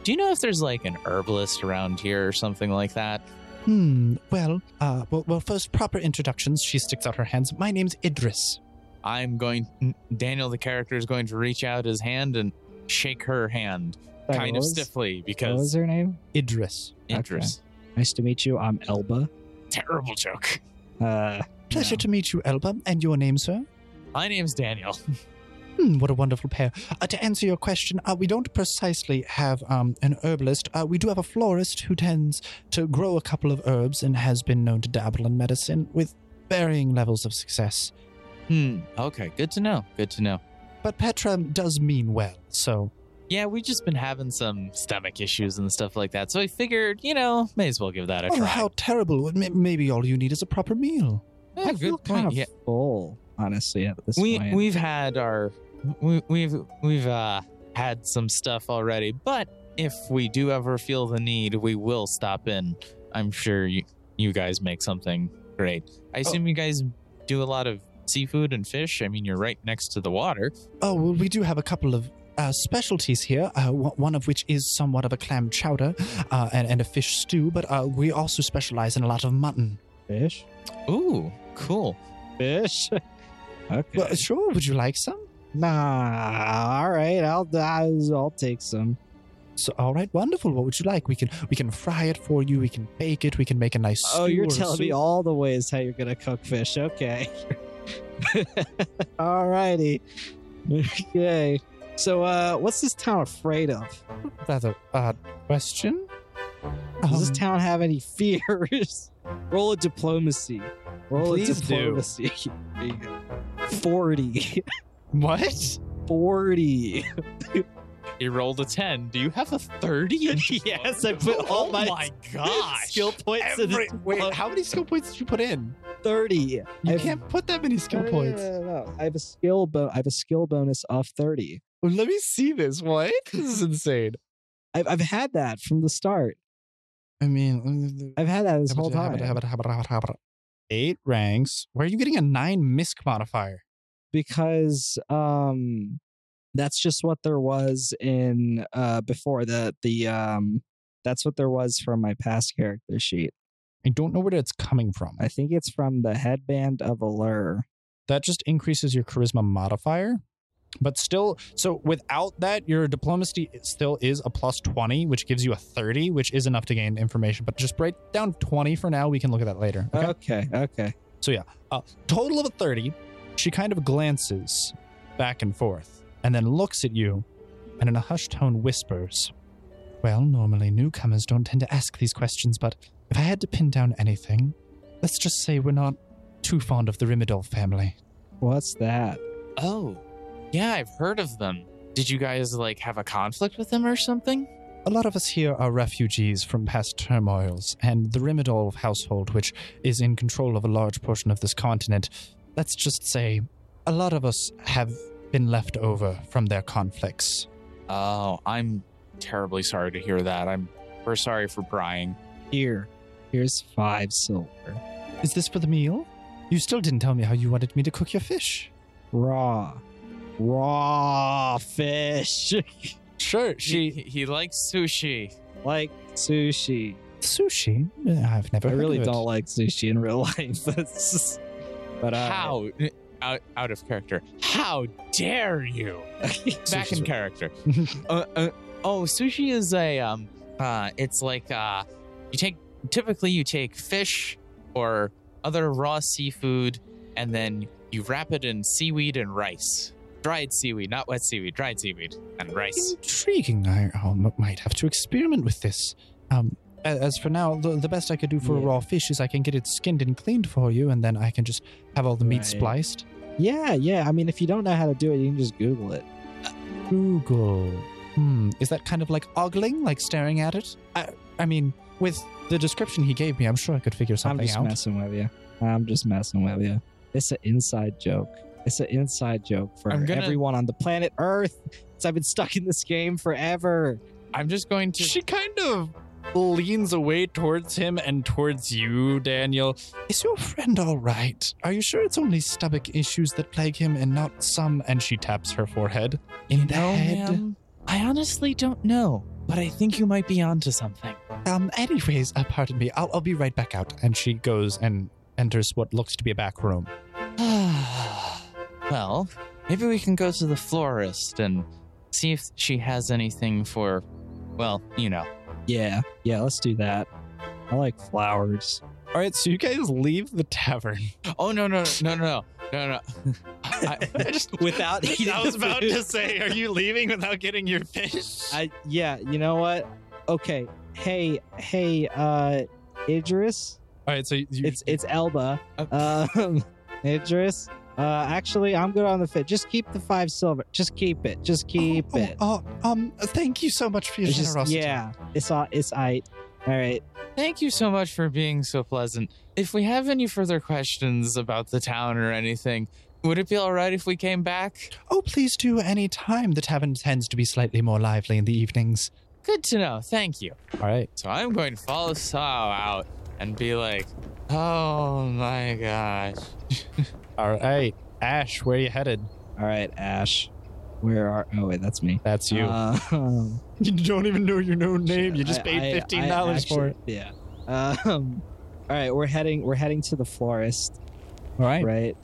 Speaker 4: Do you know if there's like an herbalist around here or something like that?
Speaker 1: Hmm. Well, uh, well, well. First, proper introductions. She sticks out her hands. My name's Idris.
Speaker 4: I'm going. Daniel, the character, is going to reach out his hand and shake her hand,
Speaker 2: Sorry,
Speaker 4: kind
Speaker 2: what
Speaker 4: of
Speaker 2: was-
Speaker 4: stiffly,
Speaker 2: What was
Speaker 4: because
Speaker 2: her name?
Speaker 1: Idris.
Speaker 4: interest.
Speaker 2: Nice to meet you. I'm Elba.
Speaker 4: Terrible joke.
Speaker 2: Uh,
Speaker 1: Pleasure
Speaker 2: Yeah.
Speaker 1: to meet you, Elba. And your name, sir?
Speaker 4: My name's Daniel.
Speaker 1: Hmm, what a wonderful pair. Uh, to answer your question, uh, we don't precisely have um, an herbalist. Uh, we do have a florist who tends to grow a couple of herbs and has been known to dabble in medicine with varying levels of success.
Speaker 4: Hmm. Okay. Good to know. Good to know.
Speaker 1: But Petra does mean well, so.
Speaker 4: Yeah, we've just been having some stomach issues and stuff like that. So I figured, you know, may as well give that a
Speaker 1: Oh,
Speaker 4: try.
Speaker 1: how terrible. M- maybe all you need is a proper meal.
Speaker 4: Eh,
Speaker 2: I
Speaker 4: good
Speaker 2: feel
Speaker 4: point.
Speaker 2: kind of
Speaker 4: yeah.
Speaker 2: full, honestly, at this
Speaker 4: We
Speaker 2: point.
Speaker 4: we've had our we, we've we've uh had some stuff already, but if we do ever feel the need, we will stop in. I'm sure you, you guys make something great.
Speaker 2: Oh.
Speaker 4: I assume you guys do a lot of seafood and fish. I mean, you're right next to the water.
Speaker 1: Oh, well, we do have a couple of uh, specialties here, uh, w- one of which is somewhat of a clam chowder uh, and, and a fish stew, but uh, we also specialize in a lot of mutton.
Speaker 2: fish.
Speaker 4: Ooh, cool.
Speaker 2: Fish. okay.
Speaker 1: Well, sure, would you like some?
Speaker 2: nah. All right. I'll I'll I'll take some.
Speaker 1: So, all right, wonderful. What would you like? We can we can fry it for you. We can bake it. We can make a nice.
Speaker 2: Oh, you're
Speaker 1: stew or
Speaker 2: telling me
Speaker 1: soup.
Speaker 2: all the ways how you're gonna cook fish. Okay. Alrighty. Okay. So, uh, what's this town afraid of?
Speaker 1: That's a odd question.
Speaker 2: Does
Speaker 1: Um,
Speaker 2: this town have any fears? Roll a diplomacy. Roll a
Speaker 1: Please do.
Speaker 2: diplomacy. There you go. 40.
Speaker 1: what?
Speaker 2: 40.
Speaker 4: You rolled a ten. Do you have a thirty?
Speaker 2: yes, I put all
Speaker 4: oh
Speaker 2: my,
Speaker 4: my gosh.
Speaker 2: skill points in
Speaker 1: Every-
Speaker 2: this.
Speaker 1: wait, how many skill points did you put in?
Speaker 2: 30.
Speaker 1: You
Speaker 2: I've- uh,
Speaker 1: can't put that many skill
Speaker 2: No, no, no,
Speaker 1: points.
Speaker 2: no, no, no. I have a skill bo- I have a skill bonus of 30.
Speaker 1: Let me see this. What? This is insane.
Speaker 2: I've, I've had that from the start.
Speaker 1: I mean,
Speaker 2: I've had that this whole time
Speaker 1: eight ranks. Where are you getting a nine misc modifier?
Speaker 2: because um, that's just what there was in uh before the the um that's what there was from my past character sheet.
Speaker 1: I don't know where that's coming from.
Speaker 2: I think it's from the headband of allure.
Speaker 1: that just increases your charisma modifier. But still, so without that, your diplomacy still is a plus 20, which gives you a 30, which is enough to gain information. But just write down 20 for now. We can look at that later.
Speaker 2: Uh,
Speaker 1: Okay.
Speaker 2: Okay, okay.
Speaker 1: Total of a 30. She kind of glances back and forth and then looks at you and in a hushed tone whispers,
Speaker 5: Well, normally newcomers don't tend to ask these questions, but if I had to pin down anything, let's just say we're not too fond of the Rimidol family.
Speaker 2: What's that?
Speaker 4: Oh, yeah, I've heard of them. Did you guys like have a conflict with them or something?
Speaker 5: A lot of us here are refugees from past turmoils, and the Rimidol household, which is in control of a large portion of this continent, let's just say a lot of us have been left over from their conflicts.
Speaker 4: Oh, I'm terribly sorry to hear that. I'm we're sorry for prying.
Speaker 2: Here, here's five silver.
Speaker 5: Is this for the meal? You still didn't tell me how you wanted me to cook your fish.
Speaker 2: Raw, raw fish,
Speaker 4: Sure, she he, he likes sushi.
Speaker 2: like sushi.
Speaker 5: Sushi? Uh, I've never
Speaker 2: I
Speaker 5: heard
Speaker 2: really
Speaker 5: of it.
Speaker 2: don't like sushi in real life. That's just- but uh,
Speaker 4: How out, out of character? How dare you? Back in character. uh, uh, oh, sushi is a um uh it's like uh you take typically you take fish or other raw seafood and then you wrap it in seaweed and rice. Dried seaweid, not wet seaweed, dried seaweed and rice.
Speaker 5: Intriguing. I I m- might have to experiment with this. Um, a- as for now, the, the best I could do for a
Speaker 2: Yeah.
Speaker 5: raw fish is I can get it skinned and cleaned for you, and then I can just have all the meat
Speaker 2: Right.
Speaker 5: spliced.
Speaker 2: yeah, yeah. I mean, if you don't know how to do it, you can just Google it.
Speaker 5: Google. Hmm. Is that kind of like ogling, like staring at it? I, I mean, with the description he gave me, I'm sure I could figure
Speaker 2: I'm
Speaker 5: something
Speaker 2: just
Speaker 5: out.
Speaker 2: messing with you. I'm just messing with you. It's an inside joke. It's an inside joke for
Speaker 4: I'm gonna-
Speaker 2: everyone on the planet Earth. Since I've been stuck in this game forever.
Speaker 4: I'm just going to
Speaker 1: She kind of leans away towards him and towards you, Daniel.
Speaker 5: Is your friend all right? Are you sure it's only stomach issues that plague him and not some? And she taps her forehead. In the
Speaker 4: No,
Speaker 5: head.
Speaker 4: ma'am. I honestly don't know, but I think you might be onto something.
Speaker 5: Um, anyways, uh, pardon me. I'll, I'll be right back out. And she goes and enters what looks to be a back room.
Speaker 4: well, maybe we can go to the florist and see if she has anything for, well, you know.
Speaker 2: Yeah, yeah. Let's do that. I like flowers.
Speaker 1: All right, so you guys leave the tavern.
Speaker 4: Oh no no no no no no no! I, I just
Speaker 2: Without eating
Speaker 1: I was about
Speaker 2: food.
Speaker 1: to say, are you leaving without getting your fish?
Speaker 2: I yeah. You know what? Okay. Hey, hey. Uh, Idris.
Speaker 1: All right, so you,
Speaker 2: It's it's Elba.
Speaker 4: uh,
Speaker 2: Um, Idris. Uh, actually, I'm good on the fit. Just keep the five silver. Just keep it. Just keep
Speaker 5: oh,
Speaker 2: it.
Speaker 5: Oh, um, thank you so much for your
Speaker 2: It's just-
Speaker 5: generosity.
Speaker 2: yeah, it's all it's I. All right,
Speaker 4: thank you so much for being so pleasant. If we have any further questions about the town or anything, would it be all right if we came back?
Speaker 5: Oh, please do any time. The tavern tends to be slightly more lively in the evenings.
Speaker 4: Good to know. Thank you.
Speaker 1: all right.
Speaker 4: So I'm going to follow Saw out and be like, oh my gosh.
Speaker 1: All right, Ash, where you headed?
Speaker 2: all right, Ash. Where are? Oh wait, that's me.
Speaker 1: That's you.
Speaker 2: Uh, um,
Speaker 1: you don't even know your own name. You just
Speaker 2: I-
Speaker 1: paid
Speaker 2: I- I
Speaker 1: fifteen dollars for it.
Speaker 2: actually- Yeah. Um, all right, we're heading we're heading to the florist,
Speaker 1: All right.
Speaker 2: right?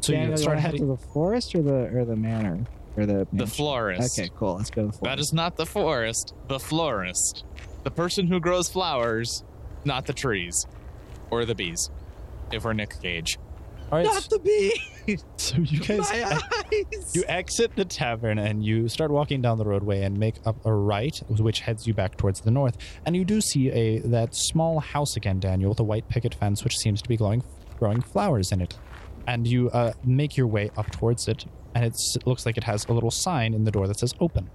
Speaker 1: So
Speaker 2: Daniel,
Speaker 1: you start
Speaker 2: wanna head
Speaker 1: heading.
Speaker 2: to the florist or the or the manor or the
Speaker 4: The
Speaker 2: mansion?
Speaker 4: florist.
Speaker 2: Okay, cool. Let's go to the
Speaker 4: That
Speaker 2: florist.
Speaker 4: is not the forest, the florist. The person who grows flowers, not the trees or the bees. If we're Nick Cage.
Speaker 1: All right.
Speaker 2: Not the bee.
Speaker 1: So you guys,
Speaker 2: My eyes.
Speaker 1: you exit the tavern and you start walking down the roadway and make up a right, which heads you back towards the north. And you do see a that small house again, Daniel, with a white picket fence, which seems to be glowing, growing flowers in it. And you uh, make your way up towards it, and it's, it looks like it has a little sign in the door that says "Open."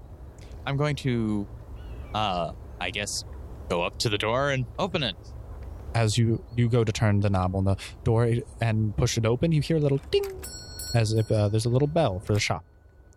Speaker 4: I'm going to, uh, I guess, go up to the door and open it.
Speaker 1: As you you go to turn the knob on the door and push it open, you hear a little ding, as if uh, there's a little bell for the shop.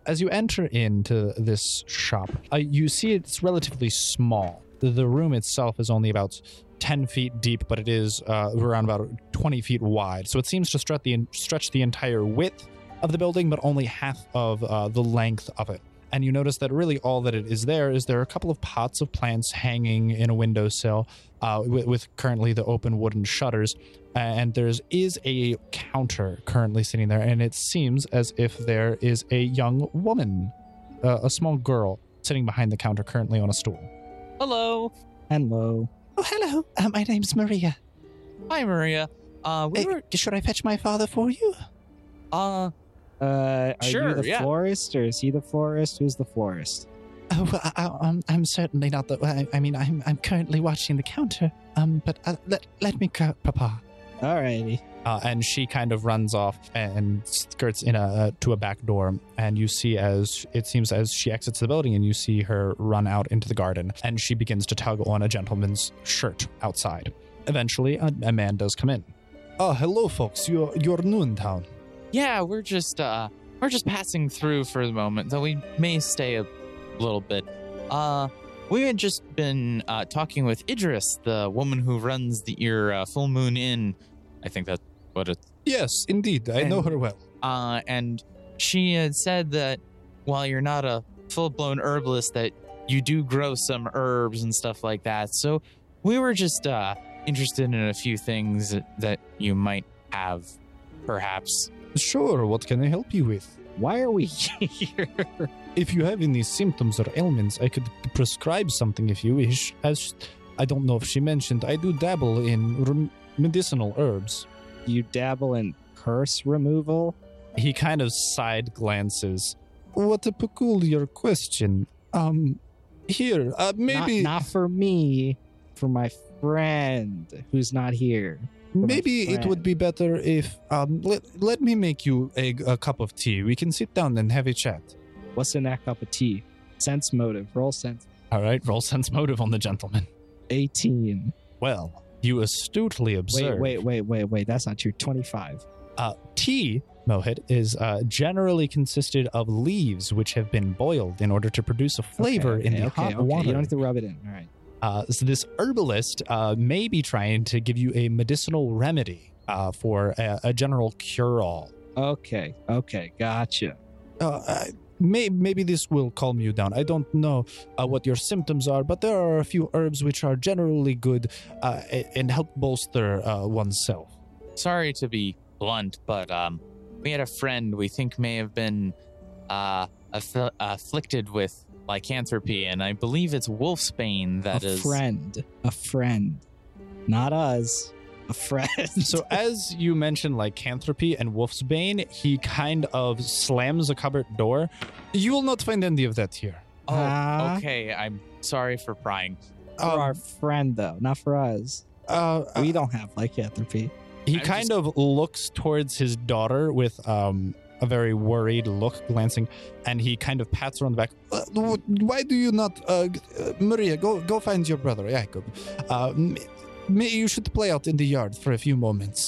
Speaker 1: As you enter into this shop, uh, you see it's relatively small. The, the room itself is only about 10 feet deep, but it is uh, around about 20 feet wide. So it seems to stretch the, stretch the entire width of the building, but only half of uh, the length of it. And you notice that really all that it is there is there are a couple of pots of plants hanging in a windowsill uh, with, with currently the open wooden shutters. And there's is a counter currently sitting there, and it seems as if there is a young woman, uh, a small girl, sitting behind the counter currently on a stool.
Speaker 4: Hello.
Speaker 2: Hello.
Speaker 5: Oh, hello. Uh, my name's Maria.
Speaker 4: Hi, Maria. Uh, we
Speaker 5: Uh,
Speaker 4: were,
Speaker 5: should I fetch my father for you?
Speaker 4: uh,
Speaker 2: Uh, are
Speaker 4: Sure,
Speaker 2: you the
Speaker 4: yeah.
Speaker 2: florist or is he the florist? Who's the florist?
Speaker 1: Oh, well, I, I, um, I'm certainly not the. I, I mean, I'm I'm currently watching the counter. Um, but uh, let let me go, Papa.
Speaker 2: Alrighty.
Speaker 1: Uh, and she kind of runs off and skirts in a uh, to a back door. And you see as it seems as she exits the building, and you see her run out into the garden, and she begins to tug on a gentleman's shirt outside. Eventually, a, a man does come in. Oh, hello, folks. You're you're new in town.
Speaker 4: Yeah, we're just uh we're just passing through for the moment, though we may stay a little bit. Uh we had just been uh, talking with Idris, the woman who runs the your uh, Full Moon Inn. I think that's what it's
Speaker 1: Yes, indeed. I
Speaker 4: know
Speaker 1: her well.
Speaker 4: uh, and she had said that while you're not a full-blown herbalist that you do grow some herbs and stuff like that so we were just uh, interested in a few things that you might have perhaps
Speaker 1: Sure. What can I help you with?
Speaker 2: Why are we here?
Speaker 1: If you have any symptoms or ailments, I could prescribe something if you wish. As I don't know if she mentioned, I do dabble in rem- medicinal herbs.
Speaker 2: You dabble in curse removal?
Speaker 1: He kind of side glances. What a peculiar question. Um, here, uh,
Speaker 2: Not-
Speaker 1: maybe,
Speaker 2: not, for me, for my friend who's not here. my
Speaker 1: maybe it would
Speaker 2: friend.
Speaker 1: be better if um, let let me make you a, a cup of tea. We can sit down and have a chat.
Speaker 2: What's in that cup of tea? Sense motive. Roll sense.
Speaker 1: All right, roll sense motive on the gentleman.
Speaker 2: 18.
Speaker 1: Well, you astutely observe.
Speaker 2: Wait, wait, wait, wait, wait. That's not true. 25.
Speaker 1: Uh, tea, Mohit, is uh, generally consisted of leaves which have been boiled in order to produce a flavor
Speaker 2: Okay,
Speaker 1: in
Speaker 2: okay,
Speaker 1: the
Speaker 2: okay,
Speaker 1: hot
Speaker 2: okay.
Speaker 1: water.
Speaker 2: You don't have to rub it in. All right.
Speaker 1: uh, so this herbalist uh, may be trying to give you a medicinal remedy uh, for a, a general cure-all.
Speaker 2: Okay. Okay. Gotcha.
Speaker 1: Uh, uh, may, maybe this will calm you down. I don't know uh, what your symptoms are, but there are a few herbs which are generally good uh, a- and help bolster uh, oneself.
Speaker 4: sorry to be blunt but um we had a friend we think may have been uh aff- afflicted with lycanthropy and i believe it's wolfsbane that
Speaker 2: a
Speaker 4: is
Speaker 2: friend. A friend. Not us. A friend.
Speaker 1: So as you mentioned lycanthropy and wolfsbane, he kind of slams a cupboard door. You will not find any of that here.
Speaker 4: oh
Speaker 2: Ah.
Speaker 4: okay i'm sorry for prying
Speaker 2: for our friend though, not for us.
Speaker 1: Um, uh, uh,
Speaker 2: we don't have lycanthropy.
Speaker 1: he
Speaker 4: I'm
Speaker 1: kind
Speaker 4: just-
Speaker 1: of looks towards his daughter with um, a very worried look, glancing, and he kind of pats her on the back. Uh, wh- why do you not, uh, g- uh, Maria? Go, go find your brother, Jacob. Uh, m- may, you should play out in the yard for a few moments.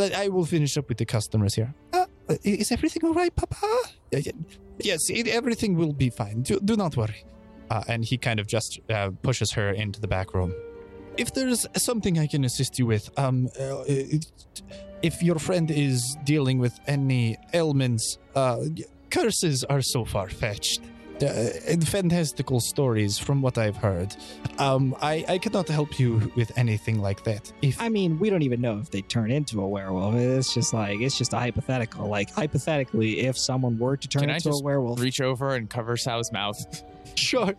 Speaker 1: Let- I will finish up with the customers here. Uh, i- is everything all right, Papa? Uh, y- Yes, it, everything will be fine. Do, do not worry. Uh, and he kind of just uh, pushes her into the back room. If there's something I can assist you with, um, uh, if your friend is dealing with any ailments, uh, curses are so far fetched. Uh, and fantastical stories from what I've heard. Um, I, I cannot help you with anything like that. If
Speaker 2: I mean, we don't even know if they turn into a werewolf. It's just like it's just a hypothetical. Like hypothetically, if someone were to turn
Speaker 4: Can I
Speaker 2: into a
Speaker 4: just
Speaker 2: werewolf,
Speaker 4: reach over and cover Sal's mouth.
Speaker 1: sure,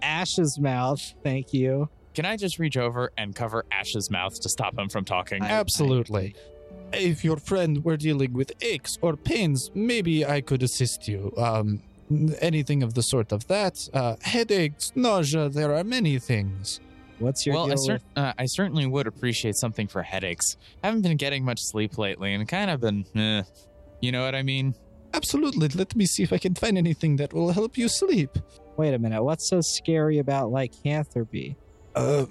Speaker 2: Ash's mouth. Thank you.
Speaker 4: Can I just reach over and cover Ash's mouth to stop him from talking?
Speaker 2: I-
Speaker 1: absolutely. If your friend were dealing with aches or pains, maybe I could assist you. Um, anything of the sort of that. Uh, headaches, nausea, there are many things.
Speaker 2: What's your
Speaker 4: well, I,
Speaker 2: deal
Speaker 4: cer-
Speaker 2: with-
Speaker 4: uh, I certainly would appreciate something for headaches. haven't been getting much sleep lately and kind of been, eh. you know what I mean?
Speaker 1: Absolutely. Let me see if I can find anything that will help you sleep.
Speaker 2: Wait a minute. What's so scary about lycanthropy?
Speaker 1: Uh,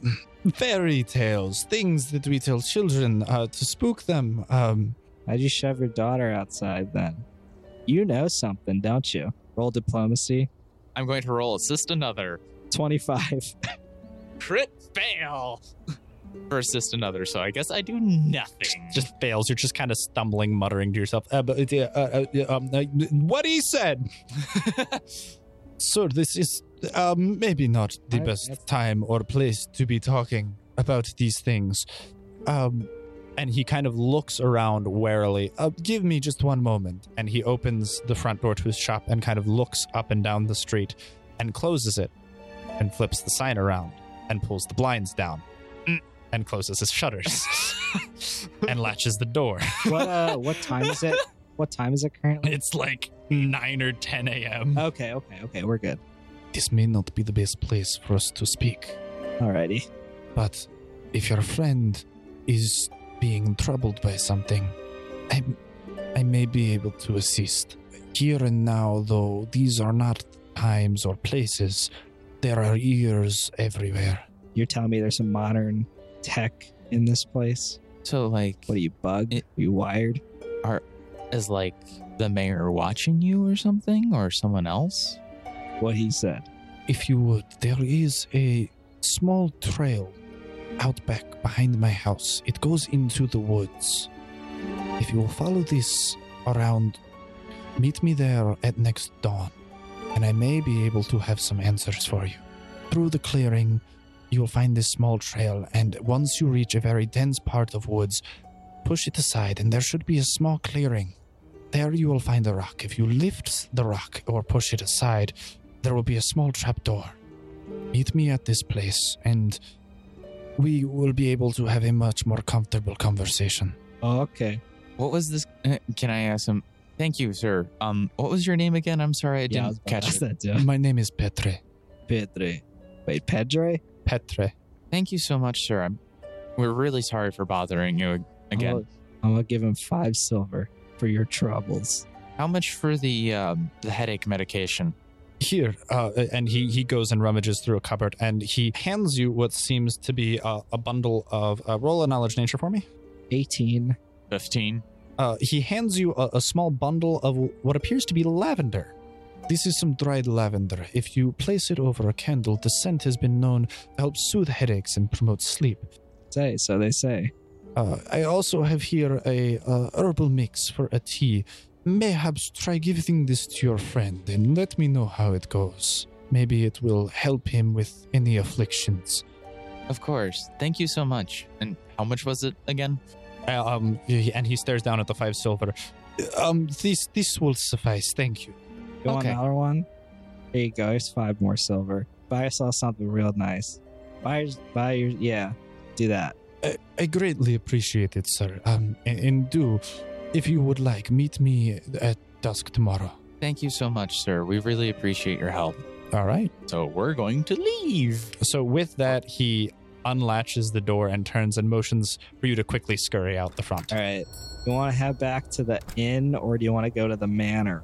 Speaker 1: fairy tales, things that we tell children uh, to spook them. Um,
Speaker 2: How'd you shove your daughter outside then? You know something, don't you? Roll diplomacy.
Speaker 4: I'm going to roll assist another.
Speaker 2: Twenty-five.
Speaker 4: Crit fail! For assist another, so I guess I do nothing.
Speaker 1: just fails. You're just kind of stumbling, muttering to yourself. Uh, but, uh, uh, uh, um, uh, what he said. Sir, this is um, maybe not the
Speaker 2: I-
Speaker 1: best
Speaker 2: that's-
Speaker 1: time or place to be talking about these things. Um, and he kind of looks around warily. Uh, give me just one moment. And he opens the front door to his shop and kind of looks up and down the street and closes it and flips the sign around and pulls the blinds down and closes his shutters and latches the door.
Speaker 2: what uh? What time is it? What time is it currently?
Speaker 1: It's like 9 or 10 a.m.
Speaker 2: Okay, okay, okay. We're good.
Speaker 1: This may not be the best place for us to speak,
Speaker 2: Alrighty.
Speaker 1: but if your friend is being troubled by something, I, I may be able to assist. Here and now, though, these are not times or places. There are ears everywhere.
Speaker 2: You're telling me there's some modern tech in this place?
Speaker 4: So like,
Speaker 2: What are you bugged?
Speaker 4: It-
Speaker 2: are you wired?
Speaker 4: is like the mayor watching you or something, or someone else?
Speaker 2: What he said.
Speaker 1: If you would, there is a small trail out back behind my house. It goes into the woods. If you will follow this around, meet me there at next dawn, and I may be able to have some answers for you. Through the clearing, you will find this small trail, and once you reach a very dense part of woods, push it aside, and there should be a small clearing. There you will find a rock. If you lift the rock or push it aside, there will be a small trapdoor. Meet me at this place, and we will be able to have a much more comfortable conversation.
Speaker 2: Oh, okay.
Speaker 4: What was this? uh, Can I ask him? Thank you, sir. Um, what was your name again? I'm sorry, I
Speaker 2: Yeah, I was
Speaker 4: didn't
Speaker 2: about
Speaker 4: catch
Speaker 2: to ask
Speaker 4: it.
Speaker 2: that too.
Speaker 1: My name is Petre.
Speaker 2: Pedre. Wait, Pedre?
Speaker 1: Petre.
Speaker 4: Thank you so much, sir. I'm, we're really sorry for bothering you again.
Speaker 2: I'll- I'm gonna give him five silver for your troubles.
Speaker 4: How much for the um, the headache medication?
Speaker 6: Here, uh, and he he goes and rummages through a cupboard, and he hands you what seems to be a, a bundle of uh, roll a knowledge nature for me.
Speaker 2: 18.
Speaker 4: Fifteen.
Speaker 6: Uh, he hands you a, a small bundle of what appears to be lavender.
Speaker 1: This is some dried lavender. If you place it over a candle, the scent has been known to help soothe headaches and promote sleep.
Speaker 2: Say, so they say.
Speaker 1: Uh, I also have here a uh, herbal mix for a tea. Mayhaps try giving this to your friend and let me know how it goes. Maybe it will help him with any afflictions.
Speaker 4: Of course. Thank you so much. And how much was it again?
Speaker 6: Uh, um, and he stares down at the five silver.
Speaker 1: Um, this this will suffice. Thank you.
Speaker 2: You want
Speaker 4: Okay.
Speaker 2: another one? There you go. Here's five more silver. Buy yourself something real nice. Buy, your- buy your, yeah, do that.
Speaker 1: I, I greatly appreciate it, sir. Um, and, and do, if you would like, meet me at dusk tomorrow.
Speaker 4: Thank you so much, sir. We really appreciate your help.
Speaker 6: All right.
Speaker 4: So we're going to leave.
Speaker 6: So with that, he unlatches the door and turns and motions for you to quickly scurry out the front.
Speaker 2: All right. You want to head back to the inn or do you want to go to the manor?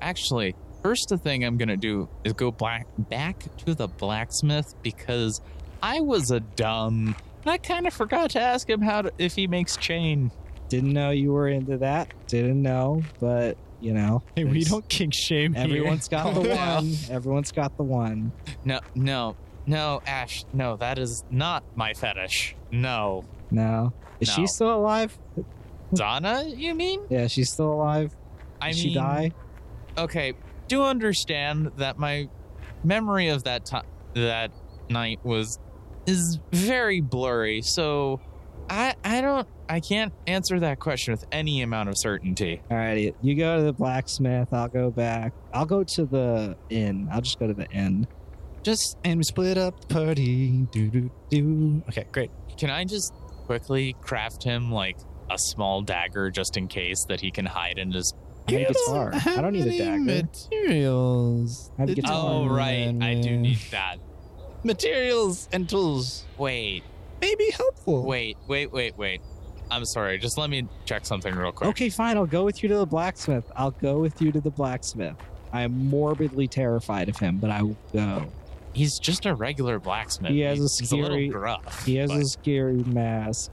Speaker 4: Actually, first the thing I'm gonna do is go black back to the blacksmith because I was a dumb. And I kind of forgot to ask him how to, if he makes chain.
Speaker 2: Didn't know you were into that. Didn't know, but you know,
Speaker 6: Hey, we
Speaker 2: there's-
Speaker 6: don't kink shame
Speaker 2: everyone's got the
Speaker 4: Yeah.
Speaker 2: one. Everyone's got the one.
Speaker 4: No, no, no, Ash. No, that is not my fetish. No,
Speaker 2: No. Is
Speaker 4: No.
Speaker 2: she still alive?
Speaker 4: Donna, you mean?
Speaker 2: Yeah, she's still alive.
Speaker 4: I
Speaker 2: Did
Speaker 4: mean,
Speaker 2: she die?
Speaker 4: okay, do understand that my memory of that time, that night was is very blurry. So I I don't I can't answer that question with any amount of certainty.
Speaker 2: Alrighty. You go to the blacksmith. I'll go back. I'll go to the inn. I'll just go to the inn.
Speaker 4: Just
Speaker 6: And we split up the party. Do do do. Okay, great.
Speaker 4: can I just quickly craft him like a small dagger just in case that he can hide in his
Speaker 2: I have a guitar. I don't need a dagger.
Speaker 6: Materials.
Speaker 2: I have a guitar.
Speaker 4: Oh right, I do need that.
Speaker 6: materials and tools.
Speaker 4: Wait,
Speaker 6: May be helpful.
Speaker 4: wait, wait, wait, wait. I'm sorry. Just let me check something real quick.
Speaker 2: Okay, fine. I'll go with you to the blacksmith. I'll go with you to the blacksmith. I am morbidly terrified of him, but I will go.
Speaker 4: He's just a regular blacksmith.
Speaker 2: He has a
Speaker 4: He's- He's a
Speaker 2: scary-
Speaker 4: little gruff.
Speaker 2: He has
Speaker 4: but-
Speaker 2: a scary mask.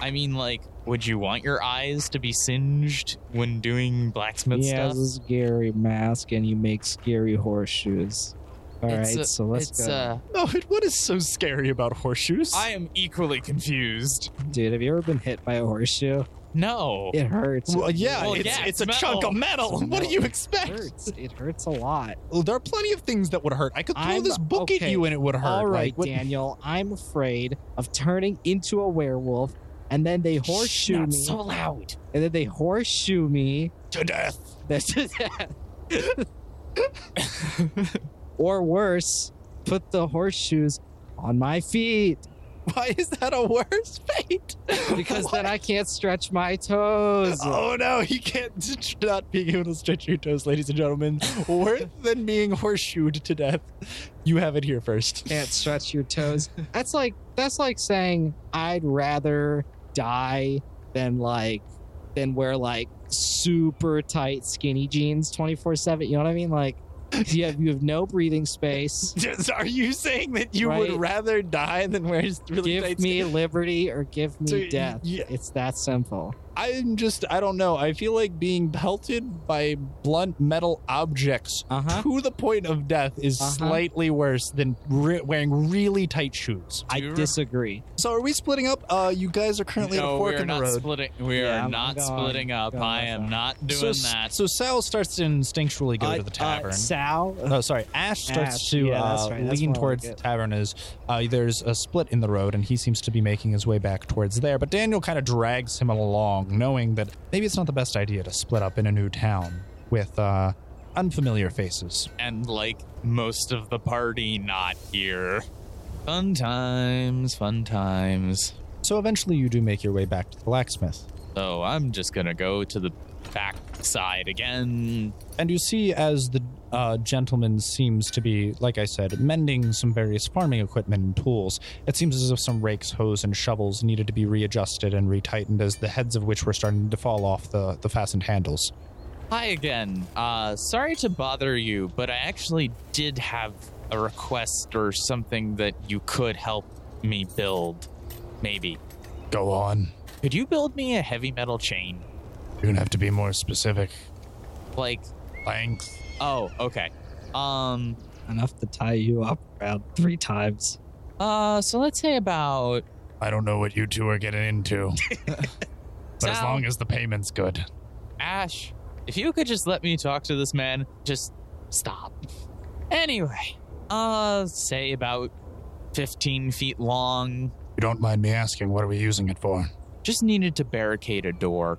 Speaker 4: I mean, like, would you want your eyes to be singed when doing blacksmith
Speaker 2: he
Speaker 4: stuff?
Speaker 2: has a scary mask, and he makes scary horseshoes. All right,
Speaker 4: It's a-
Speaker 2: so let's
Speaker 4: it's
Speaker 2: go,
Speaker 4: uh,
Speaker 6: No, it- Oh, what is so scary about horseshoes?
Speaker 4: I am equally confused.
Speaker 2: dude. Have you ever been hit by a horseshoe?
Speaker 4: No.
Speaker 2: It hurts.
Speaker 6: Well, yeah,
Speaker 4: Well,
Speaker 6: it's,
Speaker 4: yeah,
Speaker 6: it's
Speaker 4: it's
Speaker 6: a chunk of metal. What
Speaker 2: It's
Speaker 6: do
Speaker 2: metal.
Speaker 6: you
Speaker 2: It
Speaker 6: expect?
Speaker 2: hurts. It hurts a lot.
Speaker 6: Well, there are plenty of things that would hurt. I could throw
Speaker 2: I'm-
Speaker 6: this book at
Speaker 2: okay.
Speaker 6: you and it would hurt.
Speaker 2: All right,
Speaker 6: Like, what-
Speaker 2: Daniel. I'm afraid of turning into a werewolf, and then they horseshoe me,
Speaker 4: loud.
Speaker 2: and then they horseshoe me.
Speaker 6: to death.
Speaker 2: That's or worse, put the horseshoes on my feet.
Speaker 1: Why is that a worse fate?
Speaker 2: because then I can't stretch my toes.
Speaker 1: Oh no, you can't not being able to stretch your toes, ladies and gentlemen. Worse than being horseshoed to death. You have it here first.
Speaker 2: Can't stretch your toes. That's like that's like saying I'd rather die than like than wear like super tight skinny jeans 24/7, you know what I mean? Like you have you have no breathing space.
Speaker 1: Just- Are you saying that you
Speaker 2: Right.
Speaker 1: would rather die than wear really
Speaker 2: give
Speaker 1: tight
Speaker 2: me liberty or give me
Speaker 1: So y-
Speaker 2: death.
Speaker 1: yeah.
Speaker 2: It's that simple.
Speaker 1: I'm just I don't know. I feel like being pelted by blunt metal objects
Speaker 2: Uh-huh.
Speaker 1: to the point of death is
Speaker 2: Uh-huh.
Speaker 1: slightly worse than re- wearing really tight shoes.
Speaker 2: I
Speaker 4: Dude.
Speaker 2: disagree.
Speaker 1: So are we splitting up? Uh, you guys are currently at a
Speaker 4: no,
Speaker 1: fork
Speaker 4: we are
Speaker 1: in the
Speaker 4: not
Speaker 1: road.
Speaker 4: splitting. We
Speaker 2: Yeah,
Speaker 4: are
Speaker 2: I'm-
Speaker 4: not
Speaker 2: I'm going-
Speaker 4: splitting up.
Speaker 2: going
Speaker 4: I
Speaker 2: with
Speaker 4: am
Speaker 2: that.
Speaker 4: not
Speaker 1: so,
Speaker 4: doing
Speaker 1: s-
Speaker 4: that.
Speaker 1: so Sal starts to instinctually go to the tavern.
Speaker 2: Sal,
Speaker 1: oh, sorry. Ash starts
Speaker 2: Ash,
Speaker 1: to
Speaker 2: yeah, that's
Speaker 1: uh,
Speaker 2: right, that's
Speaker 1: lean
Speaker 2: more like
Speaker 1: towards
Speaker 2: it.
Speaker 1: the tavern as uh, there's a split in the road, and he seems to be making his way back towards there. But Daniel kind of drags him along, knowing that maybe it's not the best idea to split up in a new town with uh, unfamiliar faces.
Speaker 4: and like most of the party not here. Fun times, fun times.
Speaker 1: So eventually, you do make your way back to the blacksmith.
Speaker 4: So I'm just gonna go to the back side again.
Speaker 1: And you see, as the uh, gentleman seems to be, like I said, mending some various farming equipment and tools, it seems as if some rakes, hoes, and shovels needed to be readjusted and retightened, as the heads of which were starting to fall off the, the fastened handles.
Speaker 4: Hi again. Uh, sorry to bother you, but I actually did have a request or something that you could help me build. Maybe.
Speaker 5: Go on.
Speaker 4: Could you build me a heavy metal chain?
Speaker 5: You're gonna have to be more specific.
Speaker 4: Like,
Speaker 5: Length.
Speaker 4: oh, okay. Um,
Speaker 2: enough to tie you up around three times.
Speaker 4: uh, so let's say about
Speaker 5: I don't know what you two are getting into. but as
Speaker 4: Sal.
Speaker 5: long as the payment's good.
Speaker 4: Ash, if you could just let me talk to this man, just stop. Anyway, uh, say about 15 feet long.
Speaker 5: You don't mind me asking, what are we using it for?
Speaker 4: Just needed to barricade a door.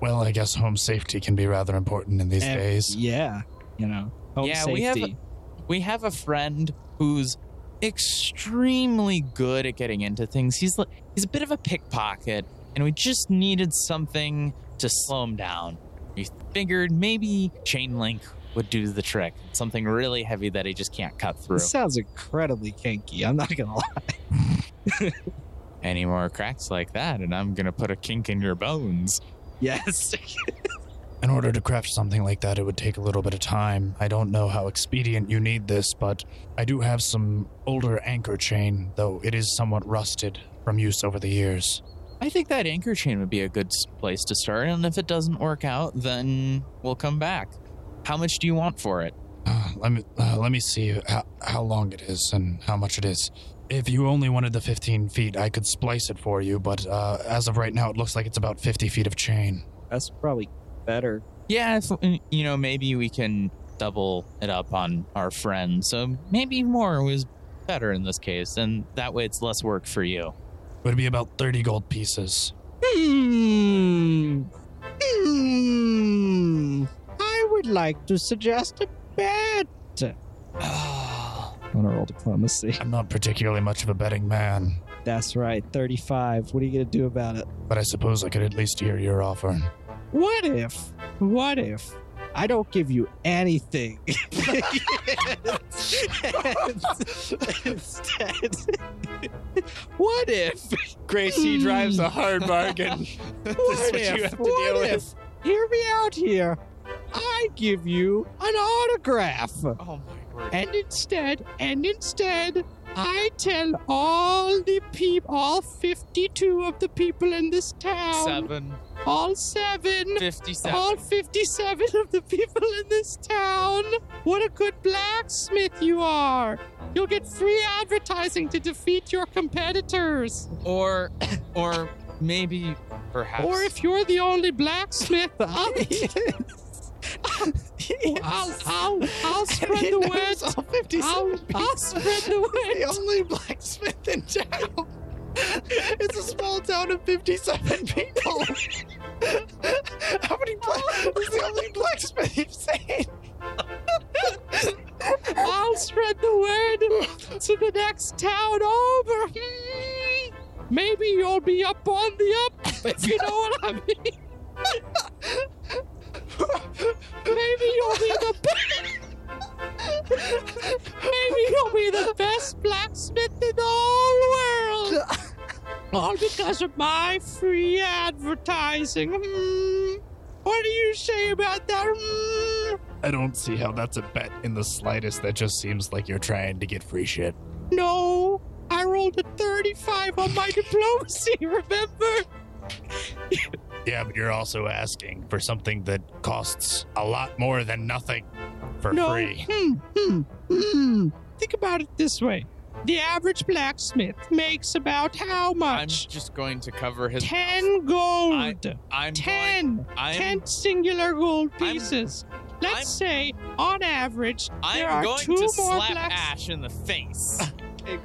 Speaker 5: Well, I guess home safety can be rather important in these
Speaker 2: Ev-
Speaker 5: days.
Speaker 2: Yeah, you know, home
Speaker 4: Yeah,
Speaker 2: safety.
Speaker 4: we have- We have a friend who's extremely good at getting into things. He's li- he's a bit of a pickpocket, and we just needed something to slow him down. We figured maybe chain link would do the trick. Something really heavy that he just can't cut through.
Speaker 2: This sounds incredibly kinky. I'm not gonna lie.
Speaker 4: any more cracks like that, and I'm gonna put a kink in your bones.
Speaker 2: Yes.
Speaker 5: In order to craft something like that, it would take a little bit of time. I don't know how expedient you need this, but I do have some older anchor chain, though it is somewhat rusted from use over the years.
Speaker 4: I think that anchor chain would be a good s- place to start, and if it doesn't work out, then we'll come back. How much do you want for it?
Speaker 5: let me uh, let me see how, how long it is and how much it is. If you only wanted the 15 feet, I could splice it for you, but uh, as of right now, it looks like it's about 50 feet of chain.
Speaker 2: That's probably better.
Speaker 4: Yeah, if, uh, you know, maybe we can double it up on our friend. So maybe more was better in this case, and that way it's less work for you.
Speaker 5: It would be about 30 gold pieces.
Speaker 2: Hmm. Hmm. I would like to suggest a bet. I'm gonna roll diplomacy.
Speaker 5: I'm not particularly much of a betting man,
Speaker 2: That's right, 35. What are you gonna do about it?
Speaker 5: but I suppose I could at least hear your offer.
Speaker 2: What if? What if? I don't give you anything. Instead, what if?
Speaker 1: Gracie
Speaker 2: drives a
Speaker 1: hard bargain.
Speaker 2: What if? what if? Hear me out here. I give you an autograph.
Speaker 4: Oh my word.
Speaker 2: And instead, and instead, I tell all the people, all 52 of the people in this town,
Speaker 4: Seven
Speaker 2: all seven,
Speaker 4: fifty-seven.
Speaker 2: all 57 of the people in this town, what a good blacksmith you are. You'll get free advertising to defeat your competitors.
Speaker 4: or, or maybe perhaps.
Speaker 2: Or if you're the only blacksmith, I'll, I'll, I'll, I'll spread the word.
Speaker 1: all 57
Speaker 2: I'll, I'll spread the
Speaker 1: the
Speaker 2: word.
Speaker 1: only blacksmith in town. It's a small town of 57 people. How many black? It's the only blacksmith you've seen.
Speaker 2: I'll spread the word to the next town over. maybe you'll be up on the up, if you know what I mean. maybe you'll be the best. maybe you'll be the best blacksmith in the whole world. All because of my free advertising. Hmm. What do you say about that? Hmm.
Speaker 1: I don't see how that's a bet in the slightest. That just seems like you're trying to get free shit.
Speaker 2: No, I rolled a 35 on my diplomacy, remember?
Speaker 1: Yeah, but you're also asking for something that costs a lot more than nothing for
Speaker 2: no.
Speaker 1: free.
Speaker 2: Hmm, hmm, hmm. Think about it this way the average blacksmith makes about how
Speaker 4: I'm
Speaker 2: much?
Speaker 4: just going to cover his.
Speaker 2: 10 gold.
Speaker 4: I- I'm Going,
Speaker 2: 10.
Speaker 4: I'm,
Speaker 2: 10 singular gold
Speaker 4: I'm-
Speaker 2: pieces. Let's
Speaker 4: I'm-
Speaker 2: say, on average, there
Speaker 4: I'm
Speaker 2: are
Speaker 4: going
Speaker 2: two
Speaker 4: to
Speaker 2: more
Speaker 4: slap
Speaker 2: blacks.
Speaker 4: Ash in the face.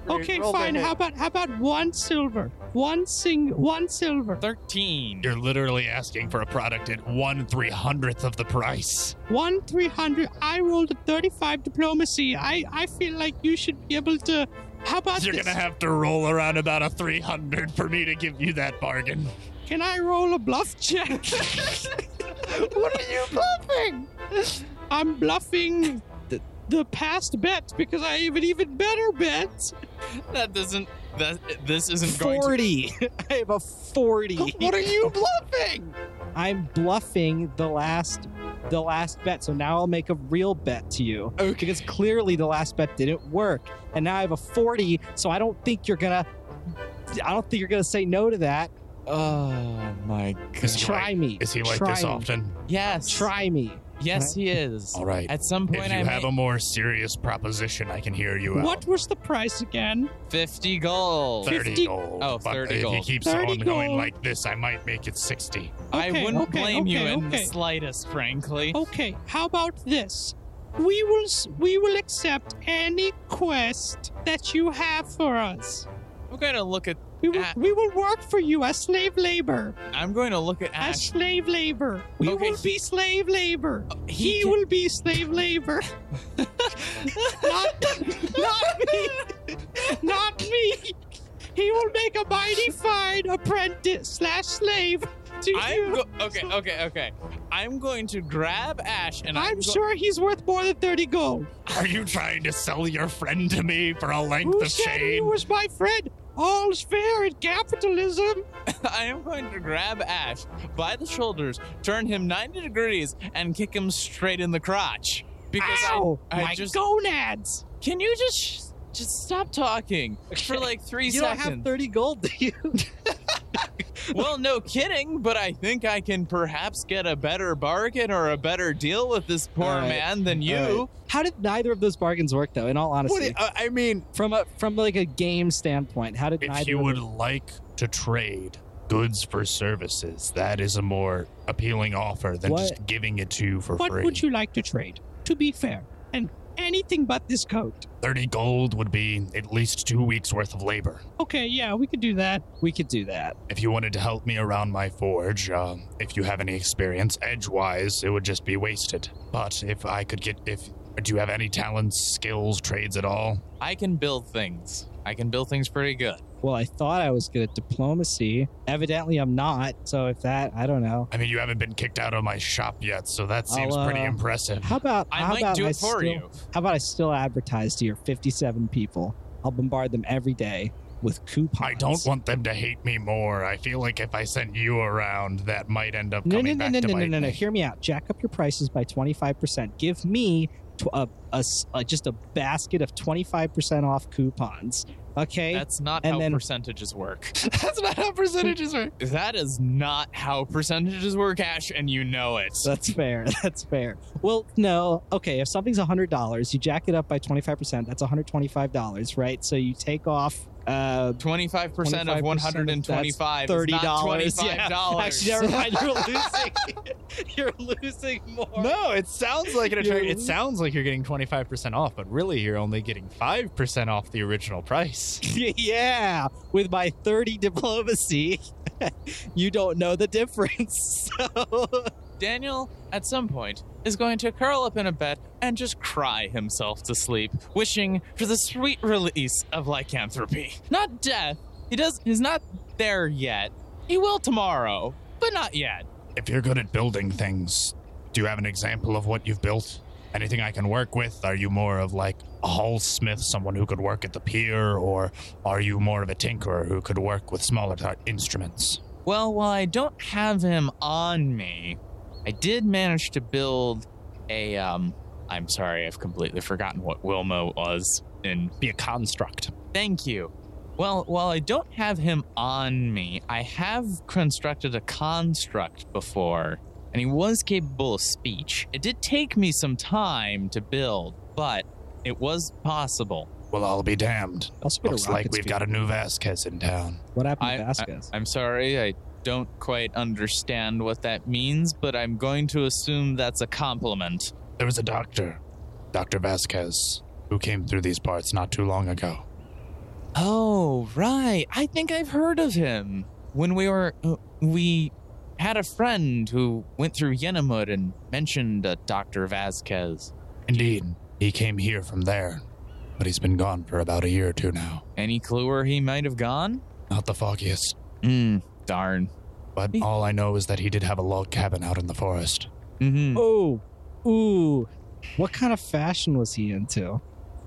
Speaker 2: Okay, fine. How about how about one silver? One sing, one silver,
Speaker 4: Thirteen.
Speaker 1: You're literally asking for a product at one three hundredth of the price.
Speaker 2: one three hundred. I rolled a thirty-five diplomacy. I I feel like you should be able to. How about
Speaker 1: You're
Speaker 2: this?
Speaker 1: gonna have to roll around about a three hundred for me to give you that bargain.
Speaker 2: Can I roll a bluff check? what are you bluffing? I'm bluffing the, the past bet because I have an even better bet.
Speaker 4: That doesn't. That this isn't going to.
Speaker 7: Forty. I have a forty.
Speaker 2: What are you bluffing?
Speaker 7: I'm bluffing the last the last bet. So now I'll make a real bet to you. Because clearly the last bet didn't work. And now I have a 40, so I don't think you're gonna I don't think you're gonna say no to that.
Speaker 4: Oh my
Speaker 1: Is he
Speaker 4: god.
Speaker 1: like-
Speaker 7: Try me.
Speaker 1: Is he like
Speaker 7: Try
Speaker 1: this
Speaker 7: me.
Speaker 1: often?
Speaker 4: Yes.
Speaker 7: Try me.
Speaker 4: Yes, he is.
Speaker 1: All right.
Speaker 4: At some
Speaker 1: If
Speaker 4: point,
Speaker 1: you
Speaker 4: I
Speaker 1: have
Speaker 4: made
Speaker 1: a more serious proposition, I can hear you out.
Speaker 2: What was the price again?
Speaker 4: fifty gold.
Speaker 1: 30
Speaker 2: 50
Speaker 1: gold.
Speaker 4: Oh,
Speaker 1: But
Speaker 4: 30
Speaker 1: if
Speaker 4: gold.
Speaker 1: you keep
Speaker 2: 30
Speaker 1: on going
Speaker 2: gold.
Speaker 1: like this, I might make it 60.
Speaker 4: I
Speaker 2: Okay,
Speaker 4: wouldn't
Speaker 2: okay,
Speaker 4: blame you
Speaker 2: okay,
Speaker 4: in the
Speaker 2: okay. Oh.
Speaker 4: slightest, frankly.
Speaker 2: Okay, how about this? We will s- we will accept any quest that you have for us.
Speaker 4: I'm going to look at.
Speaker 2: We will,
Speaker 4: Ah.
Speaker 2: we will work for you as slave labor.
Speaker 4: I'm going to look at
Speaker 2: As
Speaker 1: Ah.
Speaker 4: Ash.
Speaker 2: slave labor. We
Speaker 4: Okay,
Speaker 2: will be slave labor.
Speaker 4: he
Speaker 2: He,
Speaker 4: can-
Speaker 2: will be slave labor. not, not me. Not me. He will make a mighty fine apprentice slash slave to
Speaker 4: I'm
Speaker 2: you.
Speaker 4: go- okay, okay, okay. I'm going to grab Ash and I'm,
Speaker 2: I'm
Speaker 4: go-
Speaker 2: sure he's worth more than 30 gold.
Speaker 1: Are you trying to sell your friend to me for a length
Speaker 2: Who
Speaker 1: of
Speaker 2: said he
Speaker 1: chain?
Speaker 2: was my friend? All's fair in capitalism.
Speaker 4: I am going to grab Ash by the shoulders, turn him 90 degrees, and kick him straight in the crotch. Because
Speaker 2: Ow,
Speaker 4: I, I
Speaker 2: my
Speaker 4: just
Speaker 2: gonads.
Speaker 4: can you just just stop talking for like three
Speaker 7: You don't
Speaker 4: seconds.
Speaker 7: have 30 gold, do you?
Speaker 4: well, no kidding, but I think I can perhaps get a better bargain or a better deal with this poor
Speaker 7: All right,
Speaker 4: man than
Speaker 7: all
Speaker 4: you.
Speaker 7: How did neither of those bargains work though, in all
Speaker 4: What
Speaker 7: honesty?
Speaker 4: do you- uh, I mean,
Speaker 7: from a from like a game standpoint, how did
Speaker 1: If
Speaker 7: neither
Speaker 1: you
Speaker 7: of
Speaker 1: would
Speaker 7: them-
Speaker 1: like to trade goods for services, that is a more appealing offer than
Speaker 7: What-
Speaker 1: just giving it to you for
Speaker 2: What
Speaker 1: free.
Speaker 2: would you like to trade? To be fair, and anything but this coat.
Speaker 1: 30 gold would be at least two weeks worth of labor.
Speaker 2: Okay, yeah, we could do that.
Speaker 7: we could do that.
Speaker 1: If you wanted to help me around my forge, um, if you have any experience edgewise, it would just be wasted. But if I could get, if do you have any talents, skills, trades at all?
Speaker 4: I can build things. I can build things pretty good.
Speaker 7: Well, I thought I was good at diplomacy. Evidently I'm not, so if that I don't know.
Speaker 1: I mean, you haven't been kicked out of my shop yet, so that seems
Speaker 7: I'll,
Speaker 1: pretty
Speaker 7: uh,
Speaker 1: impressive.
Speaker 7: How about
Speaker 4: I
Speaker 7: how
Speaker 4: might
Speaker 7: about
Speaker 4: do
Speaker 7: I
Speaker 4: it for
Speaker 7: still-
Speaker 4: you.
Speaker 7: How about I still advertise to your 57 people? I'll bombard them every day with coupons.
Speaker 1: I don't want them to hate me more. I feel like if I sent you around, that might end up
Speaker 7: No, no,
Speaker 1: coming
Speaker 7: no,
Speaker 1: back
Speaker 7: no,
Speaker 1: to
Speaker 7: no, no,
Speaker 1: bite
Speaker 7: no, no.
Speaker 1: me.
Speaker 7: Hear me out. Jack up your prices by 25%. Give me tw- a, a s- a- just a basket of 25% off coupons. Okay?
Speaker 4: That's not
Speaker 7: And
Speaker 4: how
Speaker 7: then-
Speaker 4: percentages work. That's not how percentages work. That is not how percentages work, Ash, and you know it.
Speaker 7: That's fair. That's fair. Well, no. Okay, if something's hundred dollars, you jack it up by twenty five percent. That's one hundred twenty five dollars, right? So you take off. Uh,
Speaker 4: 25% of
Speaker 7: 25% of-
Speaker 4: 125 is
Speaker 7: $30.
Speaker 4: not
Speaker 7: Yeah.
Speaker 4: $25.
Speaker 7: actually, never mind. You're losing. you're losing more.
Speaker 8: No, it sounds like an
Speaker 7: You're-
Speaker 8: attraction. It sounds like you're getting 25% off, but really you're only getting 5% off the original price.
Speaker 7: yeah, with my thirty diplomacy, you don't know the difference. So
Speaker 4: Daniel, at some point, is going to curl up in a bed and just cry himself to sleep, wishing for the sweet release of lycanthropy. Not death, He does. He's not there yet. He will tomorrow, but not yet.
Speaker 1: If you're good at building things, do you have an example of what you've built? Anything I can work with? Are you more of like a hall smith, someone who could work at the pier, or are you more of a tinkerer who could work with smaller type instruments?
Speaker 4: Well, while I don't have him on me, I did manage to build a. Um, I'm sorry, I've completely forgotten what Wilma was. And
Speaker 1: Be a construct.
Speaker 4: thank you. Well, while I don't have him on me, I have constructed a construct before, and he was capable of speech. It did take me some time to build, but it was possible.
Speaker 1: Well, I'll be damned.
Speaker 2: Also, been a
Speaker 1: Looks like
Speaker 2: rocket
Speaker 1: we've got a new Vasquez in town.
Speaker 2: speed. What happened
Speaker 4: I-
Speaker 2: to Vasquez?
Speaker 4: I'm sorry, I don't quite understand what that means, but I'm going to assume that's a compliment.
Speaker 1: There was a doctor, Dr. Vasquez, who came through these parts not too long ago.
Speaker 4: Oh, right. I think I've heard of him. When we were. uh, We had a friend who went through Yenamud and mentioned uh, a Dr. Vasquez.
Speaker 1: Indeed, he came here from there, but he's been gone for about a year or two now.
Speaker 4: Any clue where he might have gone?
Speaker 1: Not the foggiest,
Speaker 4: Hmm, darn.
Speaker 1: but
Speaker 4: He-
Speaker 1: all I know is that he did have a log cabin out in the forest. Hmm.
Speaker 4: Mm
Speaker 2: oh, ooh. What kind of fashion was he into?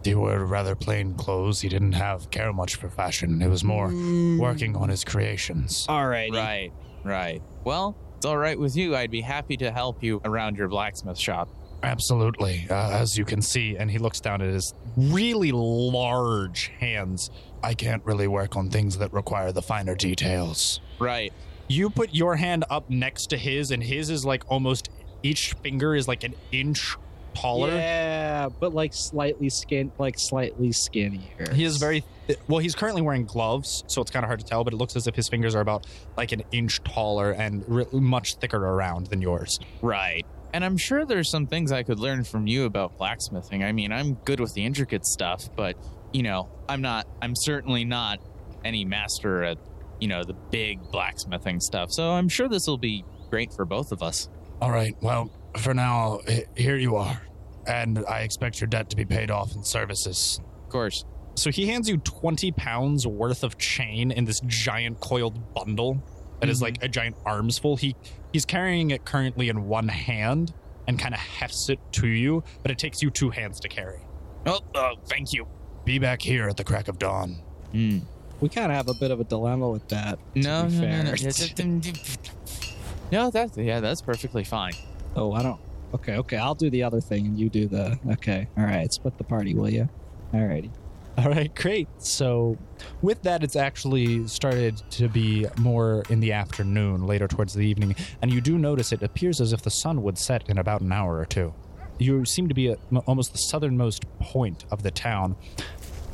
Speaker 1: He wore rather plain clothes. He didn't have care much for fashion. It was more
Speaker 4: Mm.
Speaker 2: Mm.
Speaker 1: working on his creations.
Speaker 2: All
Speaker 4: hmm. Right, right. Well, it's all right with you. I'd be happy to help you around your blacksmith shop.
Speaker 1: Absolutely. Uh, as you can see, and he looks down at his really large hands. I can't really work on things that require the finer details.
Speaker 4: Right.
Speaker 9: You put your hand up next to his, and his is like almost each finger is like an inch taller.
Speaker 2: Yeah, but like slightly skin, like slightly skinnier.
Speaker 9: He is very th- well. He's currently wearing gloves, so it's kind of hard to tell. But it looks as if his fingers are about like an inch taller and re- much thicker around than yours.
Speaker 4: Right. And I'm sure there's some things I could learn from you about blacksmithing. I mean, I'm good with the intricate stuff, but, you know, I'm not, I'm certainly not any master at, you know, the big blacksmithing stuff. So I'm sure this will be great for both of us.
Speaker 1: All right, well, for now, h- here you are. And I expect your debt to be paid off in services.
Speaker 4: Of course.
Speaker 9: So he hands you twenty pounds worth of chain in this giant coiled bundle that is
Speaker 1: Mm-hmm.
Speaker 4: Mhm.
Speaker 9: like a giant armsful. He he's carrying it currently in one hand and kind of hefts it to you, but it takes you two hands to carry.
Speaker 4: Oh, oh thank you.
Speaker 1: Be back here at the crack of dawn.
Speaker 9: Hmm.
Speaker 4: Mm.
Speaker 2: We kind of have a bit of a dilemma with that. to
Speaker 4: No,
Speaker 2: be
Speaker 4: no, no,
Speaker 2: fair.
Speaker 4: no. Yeah, that- mm, mm, no, that's yeah, that's perfectly fine.
Speaker 2: Oh, I don't. Okay, okay. I'll do the other thing, and you do the. Okay, all right. Split the party, will you? Alrighty.
Speaker 10: All right, great. So,
Speaker 9: With that, it's actually started to be more in the afternoon, later towards the evening, and you do notice it appears as if the sun would set in about an hour or two. You seem to be at m- almost the southernmost point of the town.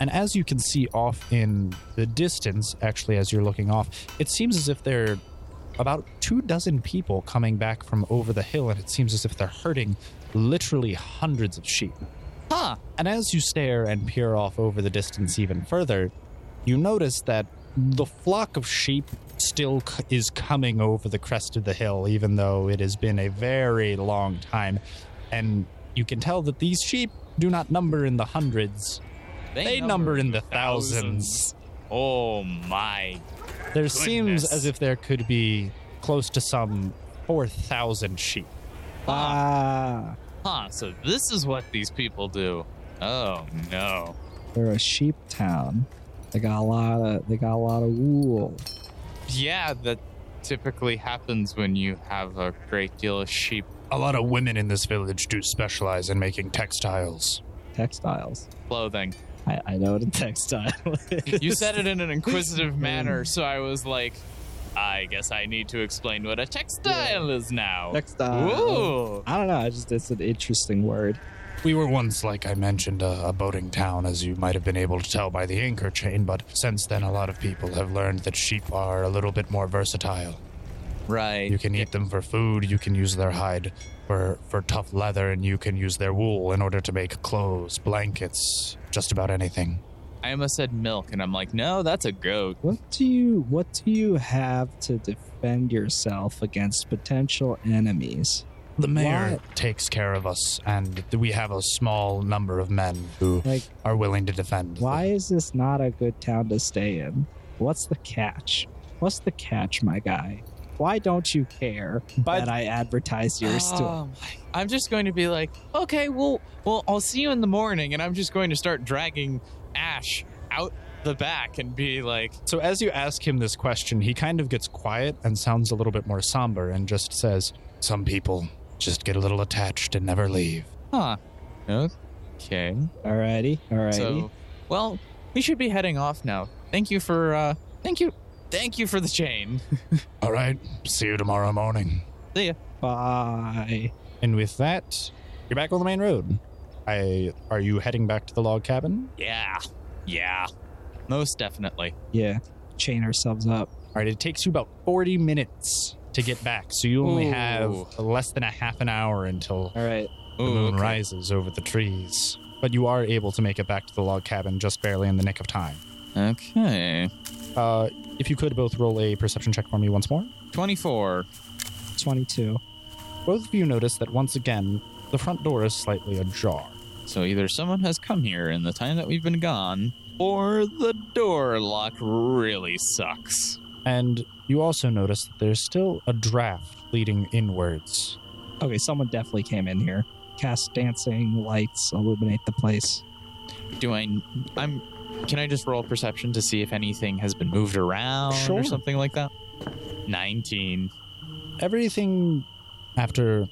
Speaker 9: And as you can see off in the distance, actually, as you're looking off, it seems as if there are about two dozen people coming back from over the hill, and it seems as if they're herding literally hundreds of sheep.
Speaker 4: Huh.
Speaker 9: And as you stare and peer off over the distance even further, you notice that the flock of sheep still c- is coming over the crest of the hill, even though it has been a very long time. And you can tell that these sheep do not number in the hundreds, they, number, in the thousands.
Speaker 4: Oh my.
Speaker 9: There seems
Speaker 4: Goodness.
Speaker 9: as if there could be close to some 4,000 sheep.
Speaker 2: Ah,
Speaker 4: Huh. So this is what these people do. Oh no.
Speaker 2: they're a sheep town. They got a lot of. They got a lot of wool.
Speaker 4: Yeah, that typically happens when you have a great deal of sheep
Speaker 1: A lot of women in this village do specialize in making textiles.
Speaker 2: Textiles.
Speaker 4: clothing.
Speaker 2: I, I know what a textile is.
Speaker 4: You said it in an
Speaker 1: Mm.
Speaker 4: inquisitive manner, so I was like, I guess I need to explain what a textile is now.
Speaker 2: Textile.
Speaker 4: Ooh.
Speaker 2: I don't know. I just it's an interesting word.
Speaker 1: We were once, like I mentioned, a, a boating town, as you might have been able to tell by the anchor chain, but since then, a lot of people have learned that sheep are a little bit more versatile.
Speaker 4: Right.
Speaker 1: You can eat them for food, you can use their hide for, for tough leather, and you can use their wool in order to make clothes, blankets, just about anything.
Speaker 4: I almost said milk, and I'm like, no, that's a goat.
Speaker 2: What do you What do you have to defend yourself against potential enemies?
Speaker 1: The mayor takes care of us, and we have a small number of men who
Speaker 2: Like,
Speaker 1: are willing to defend.
Speaker 2: why
Speaker 1: them.
Speaker 2: is this not a good town to stay in? What's the catch? What's the catch, my guy? Why don't you care
Speaker 4: By
Speaker 2: that I advertise your store?
Speaker 4: Oh my- I'm just going to be like, okay, well, well, I'll see you in the morning, and I'm just going to start dragging Ash out the back and be like,
Speaker 1: So as you ask him this question, he kind of gets quiet and sounds a little bit more somber and just says,
Speaker 11: Some people just get a little attached and never leave.
Speaker 4: huh, okay,
Speaker 2: Alrighty, alrighty.
Speaker 4: so, well, we should be heading off now. Thank you for, uh, thank you, thank you for the chain.
Speaker 11: All right, see you tomorrow morning.
Speaker 2: Bye.
Speaker 1: and with that, you're back on the main road. I are you heading back to the log cabin?
Speaker 4: Yeah, yeah, most definitely.
Speaker 2: Yeah, chain ourselves up.
Speaker 1: All right, it takes you about 40 minutes to get back, so you only have less than a half an hour until
Speaker 2: All right.
Speaker 1: the
Speaker 4: Ooh,
Speaker 1: moon
Speaker 4: okay.
Speaker 1: rises over the trees. But you are able to make it back to the log cabin just barely in the nick of time.
Speaker 4: Okay,
Speaker 1: Uh, if you could both roll a perception check for me once more.
Speaker 4: twenty-four.
Speaker 2: 22.
Speaker 1: Both of you notice that once again, the front door is slightly ajar.
Speaker 4: So either someone has come here in the time that we've been gone, or the door lock really sucks.
Speaker 1: And you also notice that there's still a draft leading inwards.
Speaker 2: Okay, someone definitely came in here. Cast dancing, lights, illuminate the place.
Speaker 4: Do I? I'm. Can I just roll perception to see if anything has been moved around
Speaker 1: Sure.
Speaker 4: or something like that? Nineteen.
Speaker 1: Everything after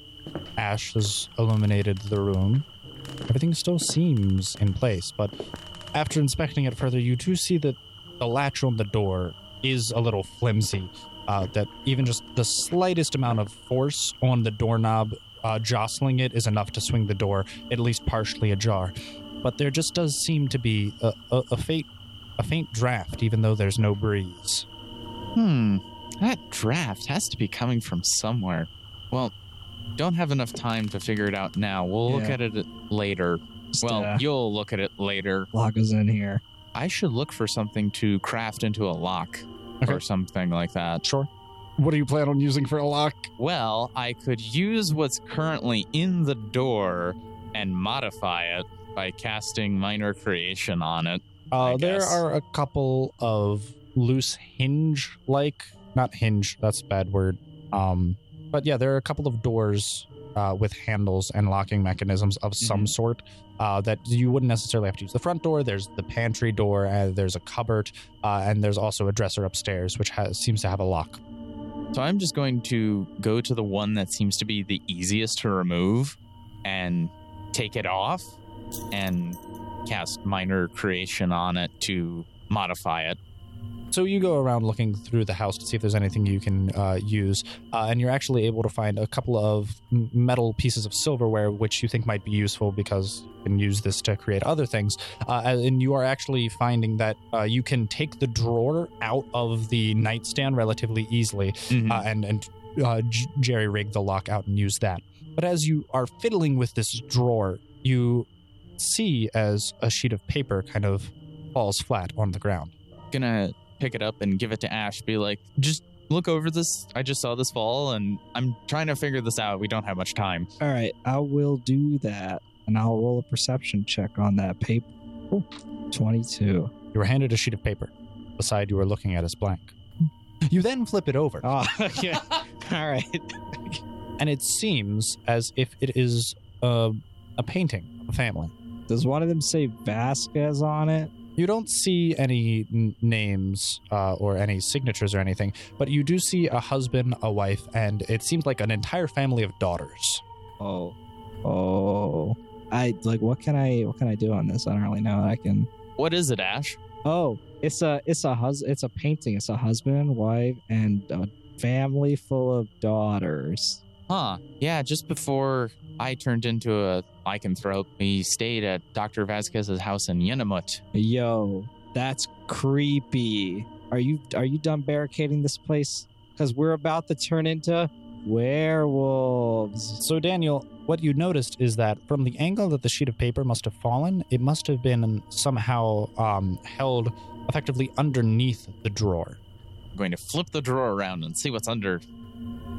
Speaker 1: Ash has illuminated the room, everything still seems in place, but after inspecting it further, you do see that the latch on the door is a little flimsy. Uh, that even just the slightest amount of force on the doorknob, uh, jostling it, is enough to swing the door at least partially ajar. But there just does seem to be a, a, a faint, a faint draft, even though there's no breeze.
Speaker 4: Hmm. That draft has to be coming from somewhere. Well, don't have enough time to figure it out now. We'll look
Speaker 2: Yeah.
Speaker 4: at it later.
Speaker 2: Just,
Speaker 4: Well,
Speaker 2: uh,
Speaker 4: you'll look at it later.
Speaker 2: log us in here.
Speaker 4: I should look for something to craft into a lock
Speaker 1: Okay.
Speaker 4: or something like that.
Speaker 1: Sure.
Speaker 11: What do you plan on using for a lock?
Speaker 4: Well, I could use what's currently in the door and modify it by casting minor creation on it.
Speaker 1: Uh,
Speaker 4: I
Speaker 1: there
Speaker 4: guess.
Speaker 1: are a couple of loose hinge like, not hinge, that's a bad word. Um, but yeah, there are a couple of doors uh, with handles and locking mechanisms of
Speaker 4: Mm-hmm.
Speaker 1: some sort uh, that you wouldn't necessarily have to use. The front door, there's the pantry door, uh, there's a cupboard, uh, and there's also a dresser upstairs, which has, seems to have a lock.
Speaker 4: So I'm just going to go to the one that seems to be the easiest to remove and take it off and cast minor creation on it to modify it.
Speaker 1: So you go around looking through the house to see if there's anything you can uh, use, uh, and you're actually able to find a couple of m- metal pieces of silverware which you think might be useful because you can use this to create other things. Uh, and you are actually finding that uh, you can take the drawer out of the nightstand relatively easily,
Speaker 4: Hmm.
Speaker 1: uh, and and uh, j- jerry rig the lock out and use that. But as you are fiddling with this drawer, you see as a sheet of paper kind of falls flat on the ground.
Speaker 4: gonna pick it up and give it to Ash. Be like, just look over this. I just saw this fall, and I'm trying to figure this out. We don't have much time.
Speaker 2: All right, I will do that, and I'll roll a perception check on that paper. 22.
Speaker 1: You were handed a sheet of paper. The side you were looking at is blank. You then flip it over,
Speaker 2: Oh, okay. All right.
Speaker 1: and it seems as if it is uh, a painting of a family.
Speaker 2: Does one of them say Vasquez on it?
Speaker 1: You don't see any n- names uh, or any signatures or anything, but you do see a husband, a wife, and it seems like an entire family of daughters.
Speaker 2: Oh. Oh. I like what can I what can I do on this? I don't really know. I can
Speaker 4: What is it, Ash?
Speaker 2: Oh, it's a it's a hus it's a painting. It's a husband, wife, and a family full of daughters.
Speaker 4: Huh? Yeah, just before I turned into a lycanthrope, we stayed at Dr. Vasquez's house in Yenamut.
Speaker 2: Yo, that's creepy. Are you are you done barricading this place? Because we're about to turn into werewolves.
Speaker 1: So, Daniel, what you noticed is that from the angle that the sheet of paper must have fallen, it must have been somehow um, held effectively underneath the drawer.
Speaker 4: I'm going to flip the drawer around and see what's under.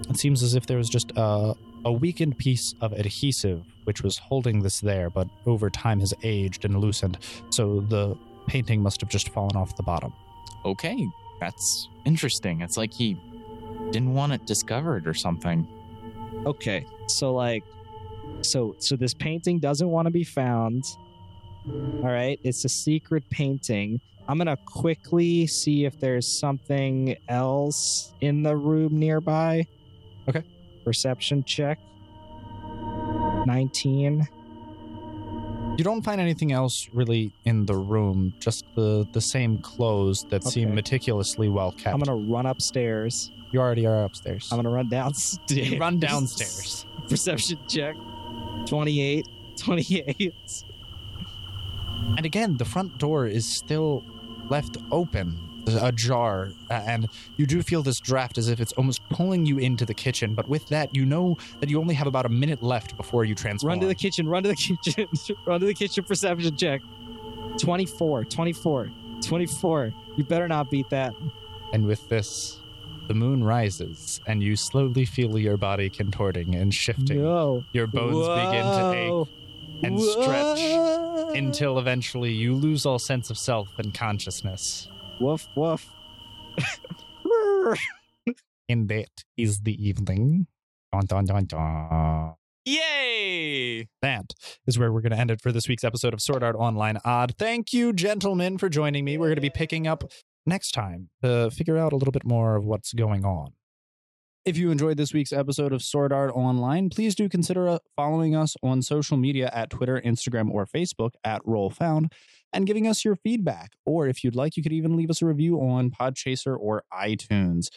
Speaker 1: It seems as if there was just a, a weakened piece of adhesive which was holding this there, but over time has aged and loosened, so the painting must have just fallen off the bottom.
Speaker 4: okay, that's interesting. It's like he didn't want it discovered or something.
Speaker 2: Okay. So like so so this painting doesn't want to be found. All right. It's a secret painting. I'm going to quickly see if there's something else in the room nearby.
Speaker 1: Okay.
Speaker 2: Perception check. 19.
Speaker 1: You don't find anything else really in the room, just the, the same clothes that seem
Speaker 2: Okay.
Speaker 1: meticulously well kept.
Speaker 2: I'm going to run upstairs.
Speaker 1: you already are upstairs.
Speaker 2: I'm going to run downstairs.
Speaker 1: You run downstairs.
Speaker 2: Perception check. 28. 28.
Speaker 1: And again, the front door is still left open, ajar, and you do feel this draft as if it's almost pulling you into the kitchen. But with that, you know that you only have about a minute left before you transform.
Speaker 2: Run to the kitchen, run to the kitchen, run to the kitchen perception check. 24, 24, 24. You better not beat that.
Speaker 1: And with this, the moon rises, and you slowly feel your body contorting and shifting.
Speaker 2: No.
Speaker 1: Your bones begin to
Speaker 2: Whoa.
Speaker 1: ache and stretch until eventually you lose all sense of self and consciousness.
Speaker 2: Woof, woof.
Speaker 1: And that is the evening. Dun, dun, dun, dun.
Speaker 4: Yay!
Speaker 1: that is where we're going to end it for this week's episode of Sword Art Online Odd. Thank you, gentlemen, for joining me. We're going to be picking up next time to figure out a little bit more of what's going on. If you enjoyed this week's episode of Sword Art Online, please do consider uh, following us on social media at Twitter, Instagram, or Facebook at Roll Found and giving us your feedback. Or if you'd like, you could even leave us a review on Podchaser or iTunes.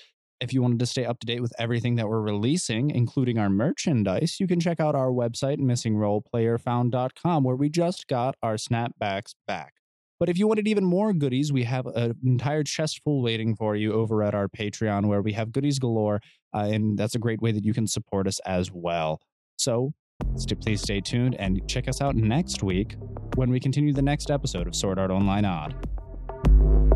Speaker 1: If you wanted to stay up to date with everything that we're releasing, including our merchandise, you can check out our website, missingroleplayerfound.com, where we just got our snapbacks back. But if you wanted even more goodies, we have an entire chest full waiting for you over at our Patreon, where we have goodies galore, uh, and that's a great way that you can support us as well. So st- please stay tuned and check us out next week when we continue the next episode of Sword Art Online Odd.